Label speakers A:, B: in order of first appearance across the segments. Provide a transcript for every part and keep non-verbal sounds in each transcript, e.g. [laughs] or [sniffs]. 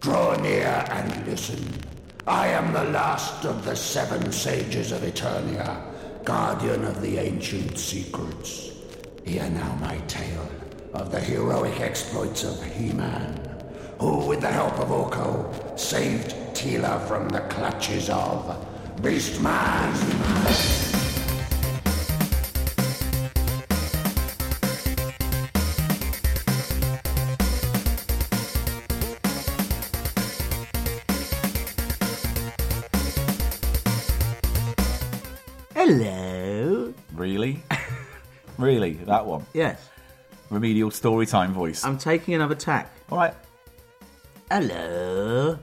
A: Draw near and listen. I am the last of the seven sages of Eternia, guardian of the ancient secrets. Hear now my tale of the heroic exploits of He-Man, who, with the help of Orko, saved Tila from the clutches of Beastman.
B: Hello.
C: Really? [laughs] really? That one.
B: Yes,
C: Remedial storytime voice.
B: I'm taking another tack.
C: All right.
B: Hello.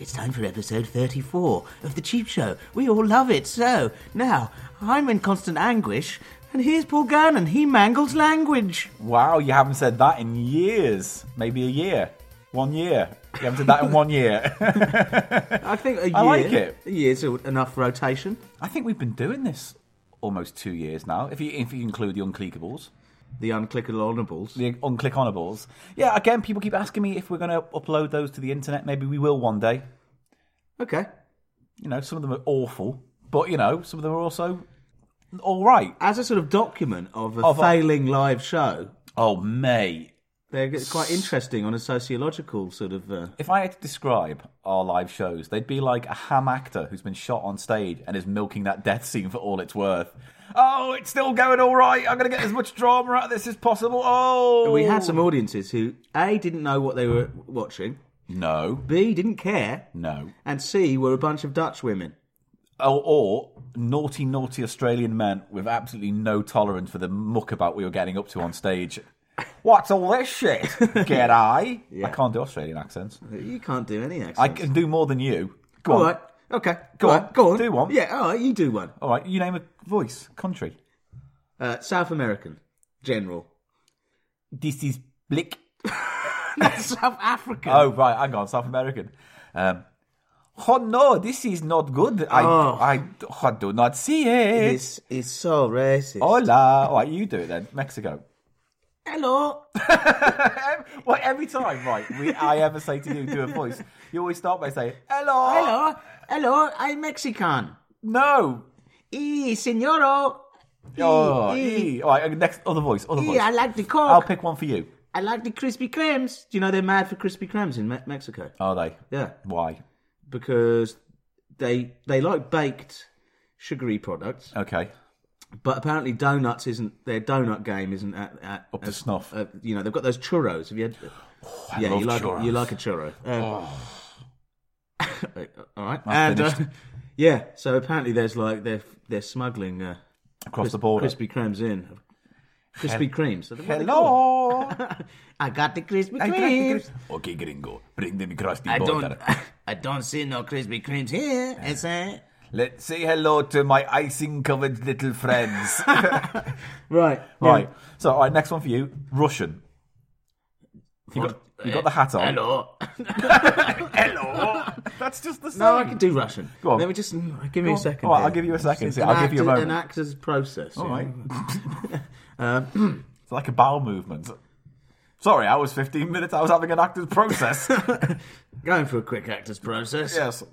B: It's time for episode 34 of The Cheap Show. We all love it, so now I'm in constant anguish, and here's Paul Gannon. He mangles language.
C: Wow, you haven't said that in years. Maybe a year. One year. You haven't said that in one year. [laughs]
B: I think a year.
C: I like it.
B: A year's enough rotation.
C: I think we've been doing this almost two years now, if you, if you include the unclickables.
B: The unclickable honorables.
C: The unclick onables. Yeah, again, people keep asking me if we're going to upload those to the internet. Maybe we will one day.
B: Okay.
C: You know, some of them are awful, but, you know, some of them are also all right.
B: As a sort of document of a
C: Of a-
B: failing live show,
C: Oh, mate.
B: they're quite interesting on a sociological sort of. Uh,
C: If I had to describe our live shows, they'd be like a ham actor who's been shot on stage and is milking that death scene for all it's worth. Oh, it's still going all right. I'm going to get as much drama out of this as possible. Oh,
B: we had some audiences who A, didn't know what they were watching,
C: no,
B: B, didn't care,
C: no,
B: and C, were a bunch of Dutch women.
C: or, or naughty, naughty Australian men with absolutely no tolerance for the muck about we were getting up to on stage. What's all this
B: [laughs]
C: shit? Get I? I can't do Australian accents.
B: You can't do any accents.
C: I can do more than you. Go
B: All
C: on.
B: right. Okay.
C: Go
B: all
C: on.
B: right, Go on.
C: Do one.
B: Yeah. All right. You do one.
C: All right, you name a voice, country.
B: Uh, South American.
C: [laughs]
B: General.
C: This is Blick.
B: That's South African.
C: Oh right, hang on, South American. Um, oh no, this is not good. I
B: Oh.
C: I, I do not see it.
B: This is so racist.
C: Hola. All right, you do it then. Mexico.
B: Hello.
C: Well, every time, right? We, I ever say to you, do a voice. You always start by saying hello.
B: Hello. Hello. I'm Mexican.
C: No.
B: E, senoro.
C: Oh,
B: E,
C: e. All right, next other voice. Other
B: E,
C: voice.
B: I like the Coke.
C: I'll pick one for you.
B: I like the Krispy Kremes. Do you know they're mad for Krispy Kremes in Me- Mexico?
C: Are they?
B: Yeah.
C: Why?
B: Because they they like baked sugary products,
C: Okay.
B: but apparently donuts isn't their donut game isn't at, at
C: Up to snuff. Oh,
B: uh, you know they've got those churros. Have you had?
C: I
B: yeah,
C: love
B: you like
C: churros.
B: you like a churro. Uh,
C: Oh.
B: [laughs] all right,
C: I've
B: and uh, yeah, so apparently there's like they're they're smuggling uh,
C: across the border.
B: Krispy Kremes in. Krispy Kremes. What are they called?
C: Hello.
B: I got the Krispy
C: I like the
B: Kremes.
C: Kris- okay, gringo, bring them across the
B: I
C: border.
B: don't. [laughs] I don't see no Krispy Kremes here. Is there?
C: Let's say hello to my icing covered little [laughs] friends.
B: Right.
C: right. So, all right, next one for you Russian. You got, you got the hat on.
B: Hello.
C: Hello. [laughs] That's just the same.
B: No, I can do Russian.
C: Go on.
B: Let me just mm, give me a second.
C: All right, I'll
B: here.
C: give you a second.
B: It's
C: See,
B: an
C: I'll give you a
B: actor-
C: moment.
B: An actor's process.
C: All
B: yeah.
C: right. [laughs]
B: Uh, [clears throat]
C: it's like a bowel movement. Sorry, I was 15 minutes. I was having an
B: [laughs]
C: actor's process.
B: Going for a quick actor's process.
C: yes.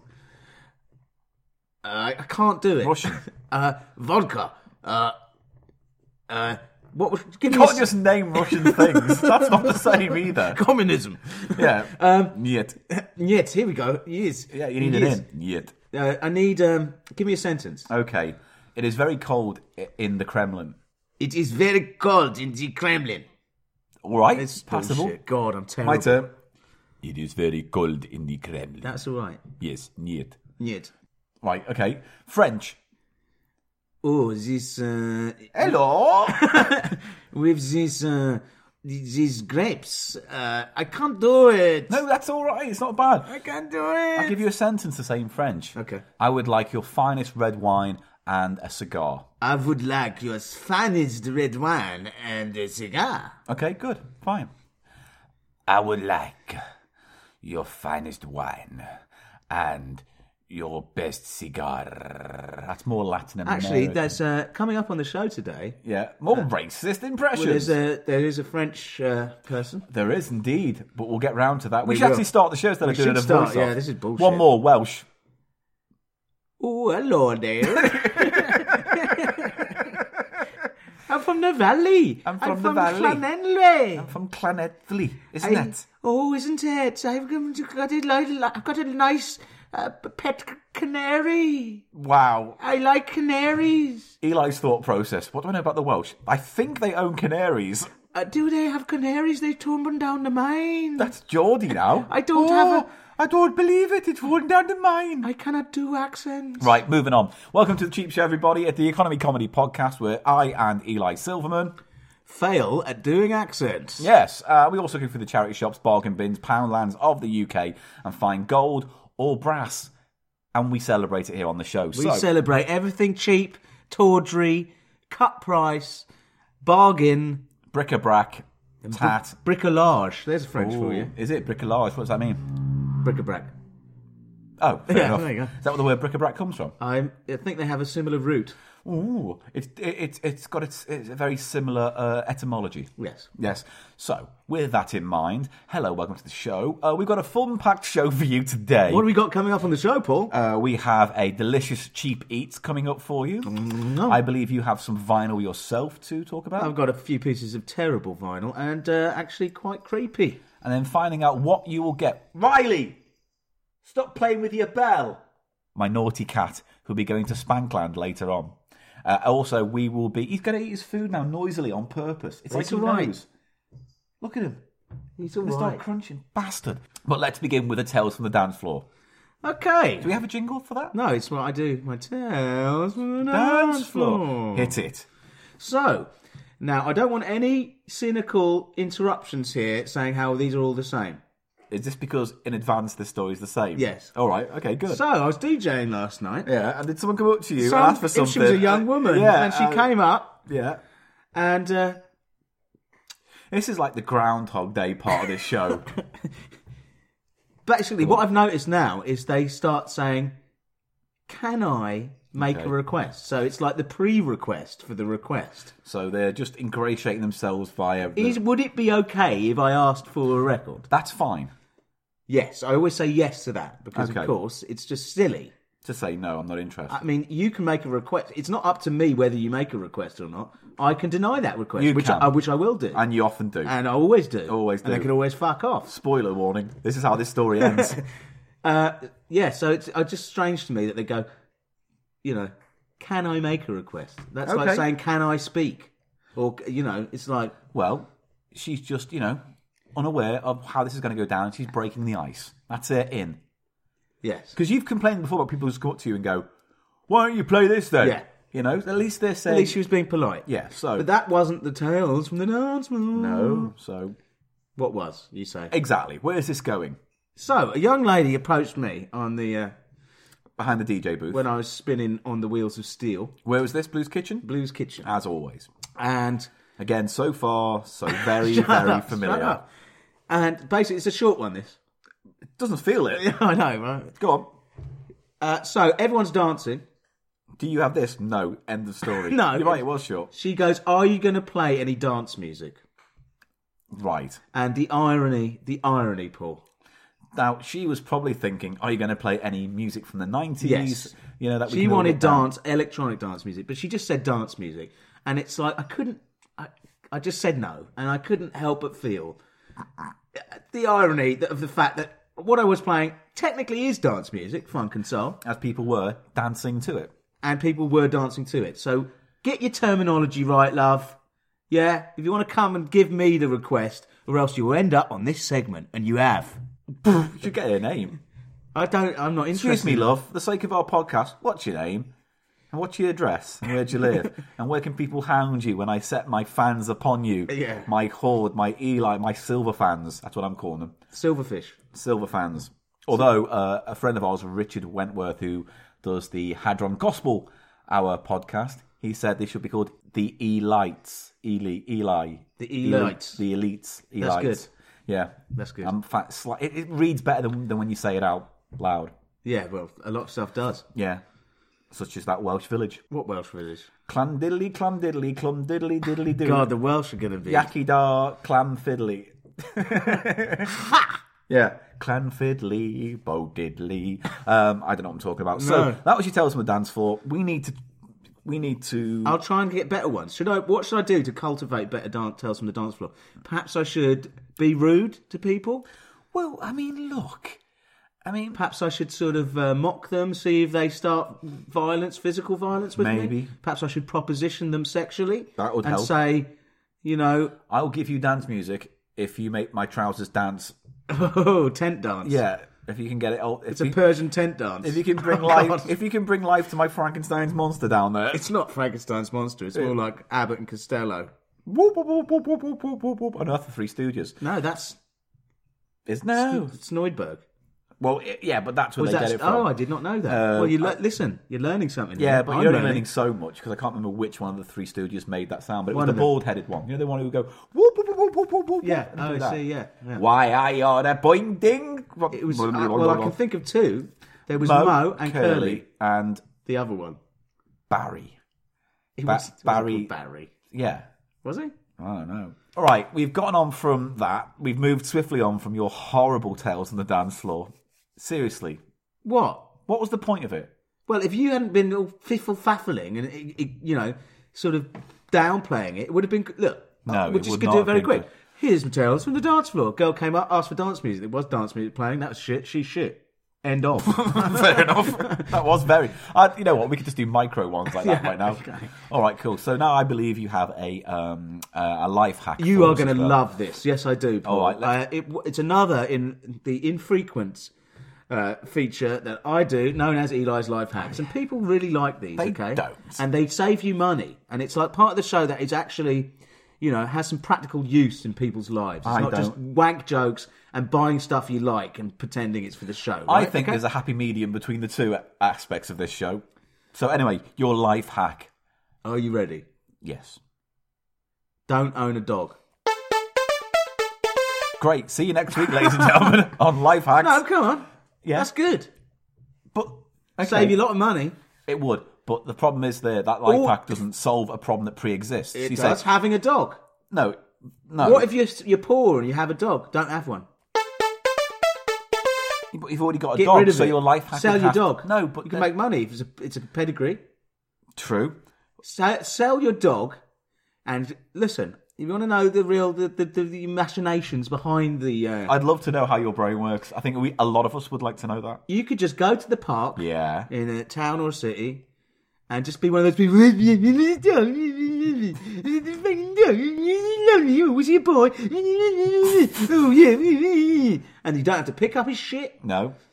B: Uh, I can't do it. [laughs]
C: Russian.
B: Uh, vodka. Uh, uh, what was? Give me
C: You
B: a
C: can't [laughs]
B: s-
C: just name Russian
B: [laughs]
C: things. That's not the same either.
B: communism.
C: Yeah. Um, Yet.
B: yes, here we go. Yes.
C: Yeah, you need
B: yes.
C: an in. Yet.
B: Uh, I need. Um, give me a sentence.
C: Okay. It is very cold i- in the Kremlin.
B: It is very cold in the Kremlin.
C: All right.
B: It's
C: passable.
B: Bullshit. God, I'm terrible.
C: My turn. It is very cold in the Kremlin.
B: That's all right.
C: yes, нет.
B: Yet.
C: Right, okay. French.
B: Oh, this uh,
C: Hello.
B: with this uh, these grapes. Uh, I can't do it.
C: [laughs] no, that's all right. It's not bad.
B: I can't do it.
C: I'll give you a sentence the same French.
B: Okay.
C: I would like your finest red wine and a cigar.
B: I would like your finest red wine and a cigar.
C: Okay, good. Fine. I would like your finest wine and your best cigar. That's more Latin American.
B: Actually, there's uh, coming up on the show today.
C: yeah, more racist
B: Well, there's
C: impressions.
B: a there is a French uh, person.
C: there is indeed, but we'll get round to that. We,
B: We
C: should
B: will.
C: actually start the shows that
B: We
C: are doing
B: should
C: a
B: start,
C: voice
B: yeah, this is bullshit.
C: One more Welsh.
B: Oh, hello
C: [laughs]
B: there. I'm from the valley.
C: I'm from the valley.
B: Llanelway.
C: From Llanelli, isn't
B: I-
C: it?
B: oh, isn't it? I've got a, li- I've got a nice uh, pet c- canary.
C: Wow.
B: I like canaries.
C: Eli's thought process. What do I know about the Welsh? I think they own canaries.
B: Uh, do they have canaries? They turned one down the mine.
C: That's Geordie
B: [laughs]
C: now. Oh,
B: I don't have a-
C: I don't believe it. It's falling down the mine.
B: I cannot do accents.
C: Right, moving on. Welcome to the Cheap Show, everybody, at the Economy Comedy Podcast, where I and Eli Silverman.
B: Fail at doing accents.
C: Yes, uh, we also go through the charity shops, bargain bins, poundlands of the UK and find gold or brass. And we celebrate it here on the show.
B: We
C: so,
B: celebrate everything cheap, tawdry, cut price, bargain,
C: bric-a-brac, tat.
B: bricolage. There's a French for
C: Ooh,
B: you.
C: Is it bricolage? What does that mean?
B: Bric-a-brac.
C: Oh, fair
B: Yeah,
C: enough.
B: there you go.
C: Is that where the word bric-a-brac comes from?
B: I'm, I think they have a similar root.
C: Ooh, it's it, it's it's got its, it's a very similar uh, etymology.
B: Yes.
C: Yes. So, with that in mind, hello, welcome to the show. Uh, we've got a fun-packed show for you today.
B: What have we got coming up on the show, Paul?
C: Uh, we have a delicious cheap eats coming up for you.
B: Mm,
C: I believe you have some vinyl yourself to talk about,
B: I've got a few pieces of terrible vinyl and uh, actually quite creepy.
C: and then finding out what you will get.
B: Riley, stop playing with your bell.
C: My naughty cat, who'll be going to Spankland later on. Uh, also, we will be. He's going to eat his food now noisily on purpose. It's like
B: It's
C: he
B: all right.
C: knows. Look at him.
B: He's all
C: They start
B: right.
C: crunching, bastard. But let's begin with the tales from the dance floor.
B: Okay.
C: Do we have a jingle for that?
B: No, it's what I do. My tails from the
C: Dance floor. Hit it.
B: So, now I don't want any cynical interruptions here saying how these are all the same.
C: Is this because in advance the story's the same?
B: Yes.
C: All right. Okay. Good.
B: So, I was DJing last night.
C: yeah. And did someone come up to you
B: Some-
C: and ask for
B: if
C: something?
B: she was a young woman,
C: Yeah.
B: and she
C: uh,
B: came up
C: Yeah.
B: and uh,
C: This is like the Groundhog Day part of this
B: [laughs]
C: show.
B: basically what I've noticed now is they start saying, "Can I make
C: Okay.
B: a request?" So it's like the pre-request for the request.
C: so they're just ingratiating themselves via. the-
B: Is would it be okay if I asked for a record?
C: That's fine
B: Yes, I always say yes to that because
C: Okay.
B: of course it's just silly.
C: to say no. I'm not interested.
B: I mean, you can make a request. It's not up to me whether you make a request or not. I can deny that request,
C: You
B: which
C: can.
B: I, uh, which I will do,
C: and you often do.
B: and I always do.
C: Always
B: And I
C: do.
B: can always fuck off.
C: Spoiler warning. This is how this story
B: [laughs]
C: ends.
B: Yeah. So it's uh, just strange to me that they go, you know, can I make a request? That's
C: Okay.
B: like saying, can I speak? Or you know, it's like
C: well, she's just you know unaware of how this is going to go down. She's breaking the ice. That's it. In.
B: yes.
C: Because you've complained before about people who just come up to you and go, "Why don't you play this then?"
B: Yeah.
C: You know, at least they're saying,
B: At least she was being polite.
C: "Yeah." So
B: But that wasn't the tales from the dance.
C: no. So
B: What was you say?
C: exactly, where's this going?
B: So a young lady approached me on the uh,
C: Behind the DJ booth.
B: when I was spinning on the wheels of steel,
C: Where was this? Blues Kitchen.
B: Blues Kitchen,
C: As always.
B: and
C: Again, so
B: [laughs]
C: far, so very,
B: Shut
C: very
B: up,
C: familiar.
B: shut up. And basically, it's a short one. This [laughs]
C: Doesn't feel it.
B: I know, right?
C: Go on.
B: Uh, so everyone's dancing.
C: Do you have this? No. End of story.
B: [laughs] No.
C: You're right, it was short.
B: She goes, "Are you going to play any dance music?"
C: Right.
B: And the irony, the irony, Paul.
C: Now, she was probably thinking, are you going to play any music from the 90s?
B: Yes.
C: You know, that we
B: She
C: can all
B: wanted
C: get down.
B: dance, electronic dance music, but she just said dance music, and it's like I couldn't. I, I just said no, and I couldn't help but feel the irony that- of the fact that what I was playing technically is dance music, funk and soul.
C: As people were dancing to it.
B: and people were dancing to it. So get your terminology right, love. Yeah, if you want to come and give me the request, or else you will end up on this segment, and you have.
C: You should get
B: [laughs]
C: her name.
B: I don't. I'm not interested.
C: Excuse me, love. For the sake of our podcast, what's your name? And what's your address? And where do you live?
B: [laughs]
C: and where can people hound you when I set my fans upon you?
B: Yeah.
C: My horde, my Eli, my silver fans. That's what I'm calling them.
B: Silverfish.
C: Silver
B: Mm.
C: fans. Although uh, a friend of ours, Richard Wentworth, who does the Hadron Gospel Hour podcast, he said they should be called the Elites. Eli. Eli.
B: The Elites.
C: The Elites. Elites.
B: That's good.
C: Yeah.
B: That's good.
C: Um, fa- sli- it, it reads better than, than when you say it out loud.
B: Yeah, well, a lot of stuff does.
C: Yeah. Such as that Welsh village.
B: What Welsh village?
C: Clam diddly, clam diddly, clum diddly,
B: [laughs]
C: diddly doo.
B: God, the Welsh are going to be.
C: Yaki da, clam fiddly. yeah. Clam fiddly, bo diddly. Um, I don't know what I'm talking about. So
B: No.
C: that was your Tales from the Dance Floor. We need to. We need to.
B: I'll try and get better ones. Should I? What should I do to cultivate better dance tales from the dance floor? Perhaps I should be rude to people.
C: Well, I mean, look. I mean,
B: Perhaps I should sort of uh, mock them, see if they start violence, physical violence with me.
C: Maybe.
B: Perhaps I should proposition them sexually.
C: That would
B: and
C: help.
B: say, you know, [laughs]
C: I'll give you dance music if you make my trousers dance.
B: oh, tent dance.
C: Yeah, if you can get it. all if
B: It's a
C: you-
B: Persian tent dance.
C: If you can
B: [laughs]
C: bring
B: Oh,
C: life,
B: God.
C: if you can bring life to my Frankenstein's monster down there.
B: It's not Frankenstein's monster. It's more like Abbott and Costello.
C: Whoop, whoop, whoop, whoop, whoop, whoop, whoop, whoop, whoop. And that's the Three Stooges.
B: No, that's
C: Is no.
B: it's Neudberg.
C: Well, i- yeah, but that's where
B: Was
C: they
B: that?
C: get it from. Uh,
B: Oh, I did not know that. well, you le- listen. You're learning something.
C: yeah,
B: here.
C: but
B: I'm
C: you're only learning so much because I can't remember which one of the Three Stooges made that sound. But it was
B: One
C: the
B: of them.
C: bald-headed one. You know, the one who would go whoop, whoop, whoop, whoop, whoop, whoop, whoop.
B: Yeah.
C: and
B: Oh,
C: do
B: I
C: that.
B: see. Yeah. yeah.
C: Why are you on a boing ding?
B: It was. uh, well, I can think of two. There was Mo, and Curly.
C: and
B: The other one.
C: Barry.
B: It
C: Ba-
B: was, was it
C: Barry-
B: called Barry.
C: Yeah,
B: Was he?
C: I don't know. All right, we've gotten on from that. We've moved swiftly on from your horrible tales on the dance floor. Seriously,
B: What?
C: what was the point of it?
B: Well, if you hadn't been all fiffle faffling and it, it, you know, sort of downplaying it, it would have been look. uh,
C: No,
B: we
C: it
B: just
C: would
B: could
C: not
B: do it
C: have
B: very
C: been
B: quick.
C: good.
B: Here's Materials from the dance floor. Girl came up, asked for dance music. There was dance music playing. That was shit. She's shit. End of.
C: [laughs] Fair enough. that was very. Uh, you know what? We could just do micro ones like that
B: Yeah,
C: right now.
B: okay.
C: All right, cool. So now I believe you have a um, uh, a life hack.
B: you
C: for
B: are
C: us
B: going
C: as
B: to
C: well.
B: love this. Yes, I do. Paul.
C: All right, let's-
B: uh, it, it's another in the infrequent uh, feature that I do, known as Eli's Life Hacks, and people really like these.
C: They
B: okay,
C: don't.
B: and they save you money, and it's like part of the show that is actually, you know, has some practical use in people's lives. It's
C: I
B: not just
C: don't.
B: wank jokes and buying stuff you like and pretending it's for the show.
C: I
B: right?
C: think
B: Okay?
C: there's a happy medium between the two aspects of this show. So anyway, your life hack.
B: Are you ready?
C: Yes.
B: Don't own a dog.
C: Great. See you next
B: [laughs]
C: week, ladies and gentlemen, on life hacks.
B: No, come on.
C: Yeah.
B: That's good.
C: But okay.
B: Save you a lot of money.
C: It would, but the problem is there that life
B: Or-
C: hack doesn't solve a problem that pre-exists.
B: It
C: you
B: does
C: say
B: having a dog.
C: no, no.
B: What if you're you're poor and you have a dog? Don't have one.
C: But you've already got a
B: Get
C: dog,
B: rid of
C: so
B: it.
C: your life hack
B: Sell
C: would
B: your
C: have to-
B: dog.
C: No, but
B: you can
C: then-
B: make money. If it's a it's a pedigree.
C: true.
B: Sell, sell your dog, and listen. If you want to know the real the the, the, the machinations behind the, uh,
C: I'd love to know how your brain works. I think we a lot of us would like to know that.
B: you could just go to the park
C: Yeah.
B: in a town or a city, and just be one of those people. [laughs] Was he a boy? Oh yeah, [laughs] and you don't have to pick up his shit.
C: No. [laughs]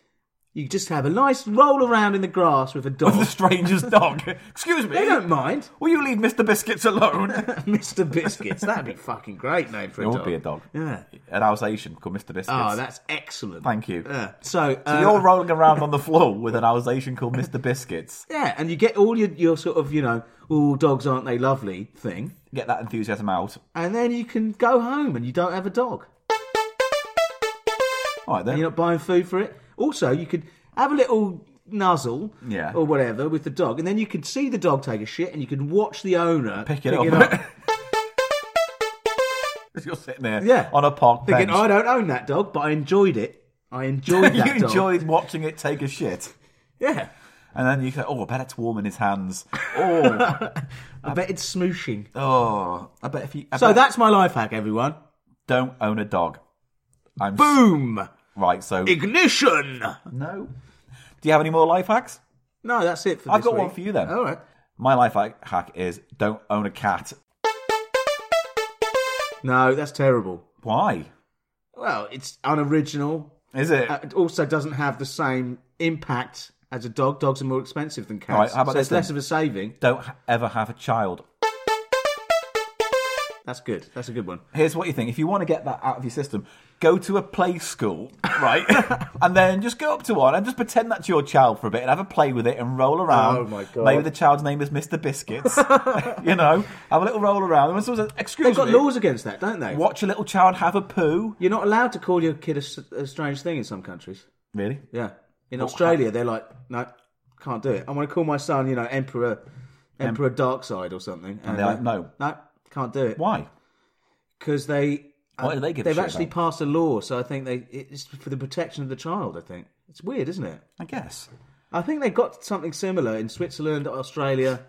B: You just have a nice roll around in the grass with a dog.
C: The stranger's dog. Excuse me.
B: They don't mind. [laughs]
C: Will you leave Mr. Biscuits alone? it
B: Mr. Biscuits. That'd be fucking great name for a dog.
C: would be a dog.
B: Yeah.
C: An Alsatian called Mr. Biscuits.
B: Oh, that's excellent.
C: Thank you.
B: Yeah. So, uh,
C: You're rolling around on the floor with an Alsatian called Mr. Biscuits.
B: yeah, and you get all your, your sort of, you know, all dogs aren't they lovely thing,
C: Get that enthusiasm out.
B: and then you can go home and you don't have a dog.
C: All right then.
B: And you're not buying food for it. Also, you could have a little nuzzle
C: Yeah.
B: or whatever with the dog, and then you could see the dog take a shit and you could watch the owner
C: pick it up. [laughs] You're sitting there
B: Yeah.
C: on a park
B: Thinking,
C: bench.
B: "Oh, I don't own that dog, but I enjoyed it. I
C: [laughs]
B: enjoyed that
C: you
B: dog.
C: enjoyed watching it take a shit.
B: yeah.
C: And then you go, oh, I bet it's warm in his
B: [laughs]
C: hands. Oh,
B: I bet it's smooshing.
C: oh, I bet if you I
B: So
C: bet-
B: that's my life hack, everyone.
C: don't own a dog. I'm s-
B: Boom!
C: right. So
B: Ignition!
C: no. Do you have any more life hacks?
B: No, that's it for
C: I've
B: this
C: got
B: week.
C: one for you then.
B: All right.
C: My life hack hack is don't own a cat.
B: No, that's terrible.
C: Why?
B: Well, it's unoriginal.
C: Is it?
B: Uh, It also doesn't have the same impact as a dog. Dogs are more expensive than cats.
C: All right, how about
B: so
C: this
B: it's less
C: then?
B: of a saving.
C: don't ha- ever have a child.
B: That's good. That's a good one.
C: here's what you think. If you want to get that out of your system, go to a play school,
B: [laughs]
C: right? and then just go up to one and just pretend that's your child for a bit and have a play with it and roll around.
B: Oh, my God.
C: Maybe the child's name is Mr. Biscuits. [laughs] you know, have a little roll around. And when someone says, "Excuse
B: They've got
C: me,"
B: laws against that, don't they?
C: watch a little child have a poo.
B: You're not allowed to call your kid a, s- a strange thing in some countries.
C: Really?
B: Yeah. In Australia, they're like, no, can't do it. I want to call my son, you know, Emperor, Emperor Darkside or something. And,
C: they're like, no.
B: no, can't do it
C: Why?
B: because they.
C: Why do they give a
B: They've
C: shit
B: actually
C: about
B: passed a law, so I think they it's for the protection of the child. I think it's weird, isn't it?
C: I guess.
B: I think they've got something similar in Switzerland, Australia,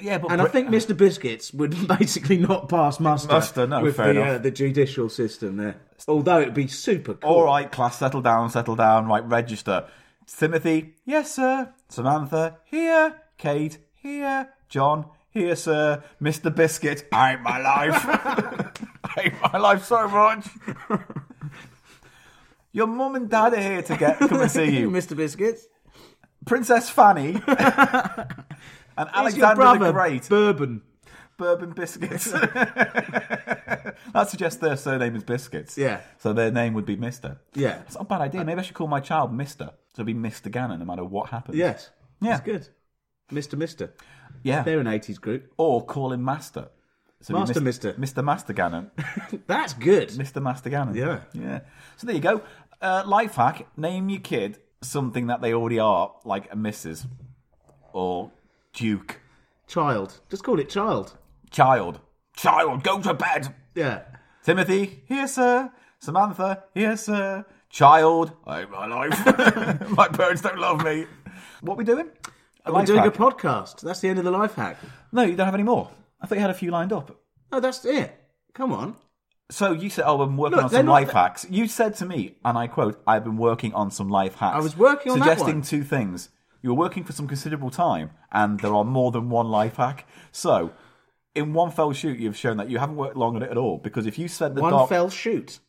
C: Yeah, but
B: and I think Mr. Biscuits would [laughs] basically not pass muster.
C: Muster, no,
B: with
C: fair
B: the,
C: enough.
B: Uh, the judicial system there, although it'd be super cool.
C: All right, class, settle down, settle down. Right, register. Timothy, yes, sir. Samantha, here. Kate, here. John, here, sir. Mr. Biscuit, I hate my life. [laughs] I hate my life so much. Your mum and dad are here to get come and
B: [laughs]
C: see you.
B: Mr. Biscuits.
C: Princess
B: [laughs]
C: Fanny and
B: It's your
C: Alexander the
B: brother,
C: Great.
B: Bourbon.
C: Bourbon
B: [laughs]
C: [laughs] Biscuits. that suggests their surname is Biscuits.
B: Yeah.
C: So their name would be Mister.
B: Yeah.
C: It's not a bad idea. Maybe I should call my child Mister. So it'd be Mister Gannon, no matter what happens.
B: Yes.
C: Yeah.
B: It's good. Mr. Mister.
C: Yeah.
B: They're an 80s group.
C: Or call him Master. So it'd be
B: Master
C: Mister Master Gannon. [laughs]
B: That's good.
C: Mister Master Gannon.
B: Yeah.
C: Yeah. So there you go. Uh, life hack: name your kid something that they already are, like a Mrs. or Duke.
B: Child. Just call it child.
C: Child. Child, go to bed.
B: Yeah.
C: Timothy, here, sir. Samantha, here, sir. Child, I hate my life. [laughs] my parents don't love me. What we doing? A
B: We're
C: life
B: doing
C: hack?
B: a podcast. That's the end of the life hack.
C: No, you don't have any more. I thought you had a few lined up.
B: No, that's it. Come on.
C: So you said, "Oh, I'm working
B: Look,
C: on
B: they're
C: some
B: not
C: life
B: th-
C: hacks." You said to me, and I quote, "I've been working on some life hacks."
B: I was working on that
C: suggesting
B: one.
C: two things. You were working for some considerable time, and there are more than one life hack. So, in one fell shoot, you've shown that you haven't worked long on it at all. Because if you said the
B: One
C: dark
B: fell
C: [laughs]
B: shoot.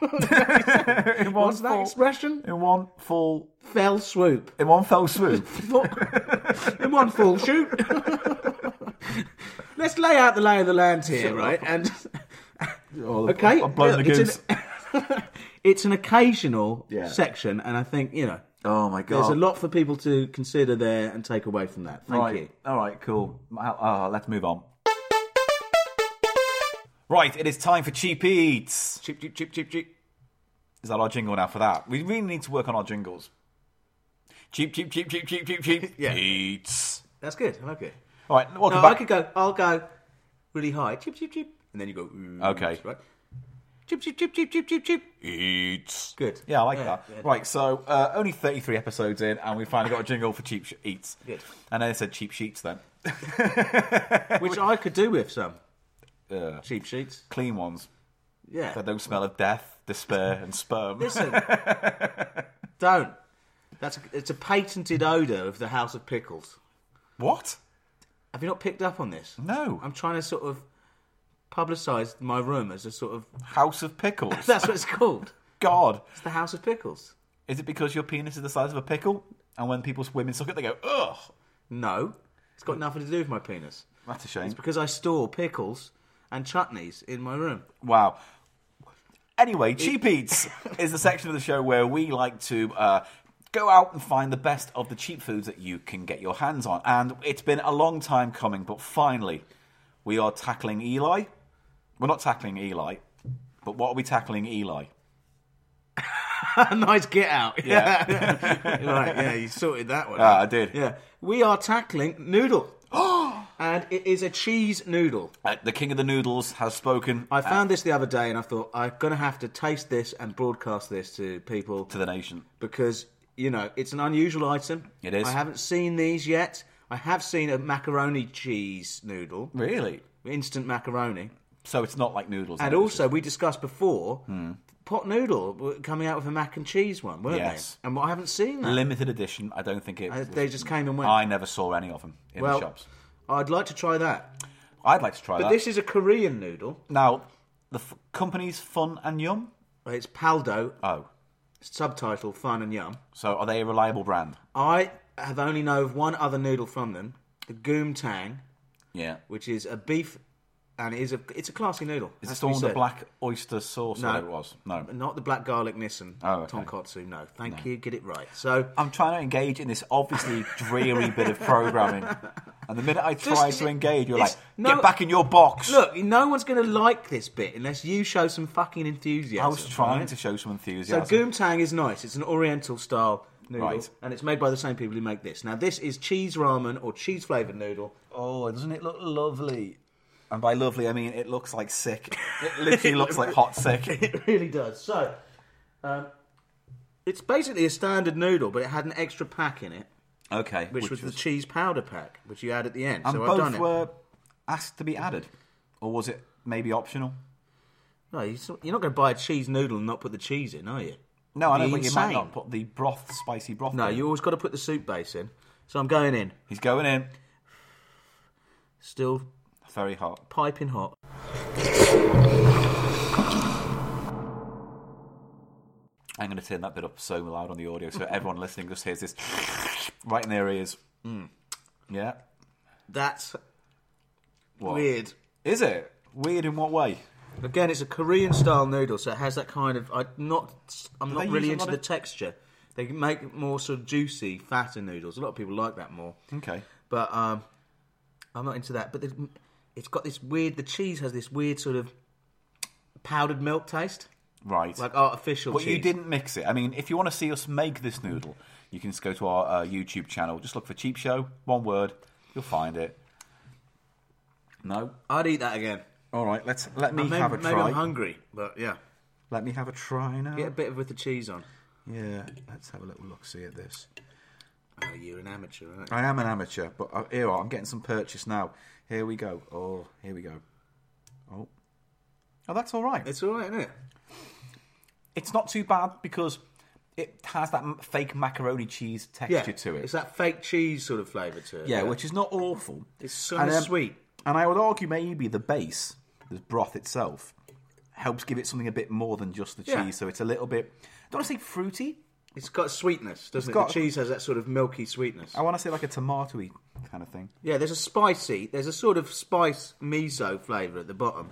C: in one
B: What's that
C: full-
B: expression?
C: in one full
B: Fell swoop.
C: in one fell swoop,
B: In one fall shoot. [laughs] Let's lay out the lay of the land here, right?
C: [laughs]
B: And okay,
C: I've blown
B: look,
C: the
B: it's An, [laughs] it's an occasional
C: Yeah.
B: section, and I think you know
C: [laughs] Oh my god!
B: there's a lot for people to consider there and take away from that. Thank
C: right.
B: you.
C: All right, cool. Uh, let's move on. Right, it is time for cheap eats.
B: Chip, chip, chip, chip, chip.
C: Is that our jingle now for that? We really need to work on our jingles. Cheap, cheap, cheap, cheap, cheap, cheap, cheap.
B: [laughs] Yeah.
C: Eats.
B: That's good. I like it.
C: All right, welcome
B: No, Oh, I
C: back.
B: could go. I'll go really high. Chip, chip, chip, and then you go. "Ooh,"
C: Okay.
B: Right. Chip, chip, chip, chip, chip, chip, chip.
C: Eats.
B: Good.
C: Yeah, I like
B: Yeah,
C: that.
B: yeah. [laughs]
C: Right, so uh, only 33 episodes in, and we finally got a jingle for cheap sh- eats.
B: Good.
C: And then it said cheap sheets then.
B: Which I could do with some
C: Uh,
B: cheap sheets.
C: clean ones
B: Yeah.
C: that don't smell of death, despair, and sperm. [laughs]
B: Listen, don't. That's a, it's a patented odor of the House of Pickles.
C: What?
B: Have you not picked up on this?
C: No.
B: I'm trying to sort of publicise my room as a sort of [laughs]
C: House of Pickles.
B: that's what it's called.
C: God.
B: It's the House of Pickles.
C: Is it because your penis is the size of a pickle? And when people women suck it, they go, ugh.
B: No, it's got nothing to do with my penis.
C: That's a shame.
B: It's because I store pickles and chutneys in my room. [laughs]
C: Wow. Anyway, Cheap Eats is the section of the show where we like to uh, go out and find the best of the cheap foods that you can get your hands on. And it's been a long time coming, but finally, we are tackling Eli. We're not tackling Eli, but what are we tackling Eli?
B: nice get out.
C: Yeah.
B: [laughs] right, yeah, you sorted that one.
C: Ah,
B: out.
C: I did.
B: Yeah. We are tackling noodle. [gasps] and it is a cheese noodle.
C: Uh, the king of the noodles has spoken
B: I found this the other day and I thought I'm going to have to taste this and broadcast this to people
C: to the nation.
B: because, you know, it's an unusual item.
C: It is.
B: I haven't seen these yet. I have seen a macaroni cheese noodle,
C: Really?
B: instant macaroni.
C: So it's not like noodles.
B: And
C: then, it's
B: also, we discussed before
C: Hmm.
B: pot noodle were coming out with a mac and cheese one, weren't
C: Yes.
B: they? And I haven't seen
C: just
B: that.
C: limited edition. I don't think it.
B: Uh,
C: was-
B: they just came and went.
C: I never saw any of them in the shops. Uh,
B: I'd like to try that.
C: I'd like to try
B: But
C: that.
B: this is a Korean noodle.
C: Now, the f- company's Fun and Yum.
B: It's Paldo,
C: Oh,
B: subtitle Fun and Yum.
C: so are they a reliable brand?
B: I have only know of one other noodle from them, the Goomtang,
C: Yeah.
B: which is a beef, and it is a it's a classy noodle.
C: Is it
B: that's
C: still
B: what we
C: on the
B: said.
C: black oyster sauce? No.
B: No.
C: it was. No.
B: Not the black garlic nissen
C: Oh, okay.
B: tonkotsu. No, thank you. Get it right. So
C: I'm trying to engage in this obviously dreary bit of programming, and the minute I try
B: Just-
C: to engage, you're like,
B: it's- no-
C: "Get back in your box."
B: look, no one's going to like this bit unless you show some fucking
C: I
B: enthusiasm.
C: was trying
B: right?
C: to show some
B: So
C: enthusiasm.
B: Goomtang is nice. It's an Oriental style noodle,
C: Right.
B: and it's made by the same people who make this. Now, this is cheese ramen or cheese flavored noodle. [laughs]
C: Oh, doesn't it look lovely? And by lovely, I mean it looks like sick. It literally looks like
B: [laughs]
C: hot sick.
B: It really does. So, um, it's basically a standard noodle, but it had an extra pack in it,
C: Okay,
B: which, was the cheese powder pack, which you add at the end.
C: and
B: so I've done
C: both
B: it.
C: were asked to be added, or was it maybe optional?
B: No, you s- you're not going to buy a cheese noodle and not put the cheese in, are you?
C: No, I know,
B: Be
C: but you might
B: insane.
C: not put the broth, spicy broth.
B: No,
C: in.
B: you always got to put the soup base in. So I'm going in,
C: He's going in
B: still
C: very hot.
B: piping hot.
C: I'm going to turn that bit up so loud on the audio so everyone [laughs] listening just hears this right in their ears. Mm. Yeah.
B: That's
C: What?
B: weird.
C: Is it weird in what way?
B: Again, it's a Korean style noodle, so it has that kind of. I'm not. I'm
C: they
B: not
C: use
B: really
C: a
B: into
C: lot
B: the
C: of-
B: texture. They can make more sort of juicy, fatter noodles. A lot of people like that more,
C: Okay.
B: but um, I'm not into that. But the, it's got this weird. The cheese has this weird sort of powdered milk taste,
C: Right.
B: like artificial.
C: But
B: cheese.
C: you didn't mix it. I mean, if you want to see us make this noodle, you can just go to our uh, YouTube channel. Just look for Cheap Show, one word, you'll find it. No.
B: I'd eat that again.
C: All right. Let's let me
B: Maybe,
C: have a
B: maybe I'm
C: try.
B: hungry, but yeah,
C: Let me have a try now.
B: get a bit of with the cheese on.
C: Yeah. Let's have a little look. See at this.
B: Oh, you're an amateur, aren't you?
C: I am an amateur, but uh, here I'm getting some purchase now. Here we go. Oh, here we go. Oh. Oh, that's all right.
B: It's all right, isn't it?
C: It's not too bad because it has that m- fake macaroni cheese texture
B: Yeah,
C: to it.
B: it's that fake cheese sort of flavour to it.
C: Yeah, which is not awful.
B: It's sort of
C: um,
B: sweet.
C: And I would argue maybe the base, the broth itself, helps give it something a bit more than just the cheese.
B: Yeah.
C: So it's a little bit, I don't want to say fruity.
B: It's got sweetness, doesn't it?
C: got- Oh.
B: The cheese has that sort of milky sweetness.
C: I want to say like a tomatoey kind of thing.
B: Yeah, there's a spicy, there's a sort of spice miso flavour at the bottom.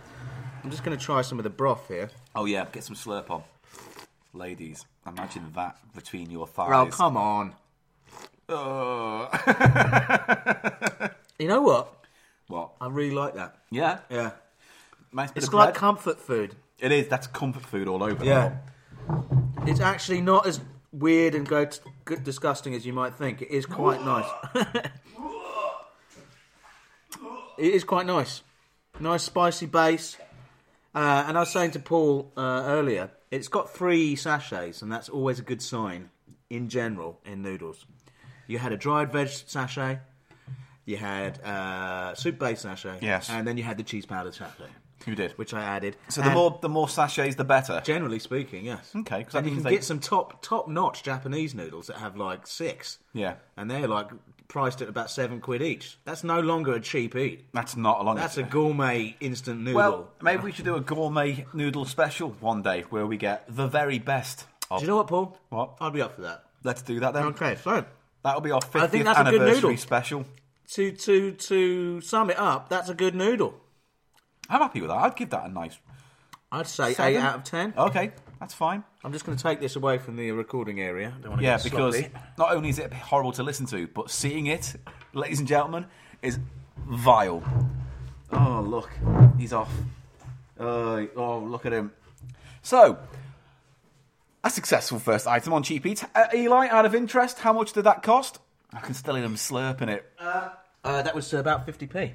B: I'm just going to try some of the broth here.
C: Oh, yeah, get some slurp on. Ladies, imagine that between your thighs.
B: Oh, come on. You know what?
C: What?
B: I really like that.
C: Yeah.
B: Yeah.
C: Nice bit
B: Um, It's
C: of
B: like
C: bread.
B: comfort food.
C: it is. That's comfort food all over.
B: Yeah. It's actually not as weird and go t- good, disgusting as you might think. It is quite nice. [laughs] it is quite nice. Nice spicy base. Uh, and I was saying to Paul uh, earlier, it's got three sachets, and that's always a good sign in general in noodles. You had a dried veg sachet, you had uh, soup base sachet,
C: Yes.
B: and then you had the cheese powder sachet,
C: You did.
B: which I added.
C: so the
B: And
C: more the more sachets, the better.
B: generally speaking, yes.
C: Okay, because
B: And
C: that
B: you
C: means
B: can
C: they,
B: get some top top notch Japanese noodles that have like six.
C: Yeah.
B: And they're like priced at about seven quid each. That's no longer a cheap eat.
C: That's not a long.
B: That's a gourmet instant noodle.
C: Well, maybe we should do a gourmet noodle special one day where we get the very best. Of,
B: do you know what, Paul?
C: What?
B: I'd be up for that.
C: Let's do that then.
B: Okay, so
C: That'll be our 50th
B: think that's a good
C: anniversary
B: noodle.
C: special.
B: to to to sum it up, that's a good noodle.
C: I'm happy with that. I'd give that a nice.
B: I'd say eight
C: Seven?
B: out of ten.
C: Okay, that's fine.
B: I'm just going to take this away from the recording area. I don't want to
C: Yeah,
B: get
C: because [laughs]
B: sloppy.
C: not only is it horrible to listen to, but seeing it, ladies and gentlemen, is vile. Oh, look, he's off. Uh, oh, look at him. So, a successful first item on Cheap Eats. Uh, Eli, out of interest, how much did that cost? I can still hear him slurping it.
B: uh, that was about fifty p.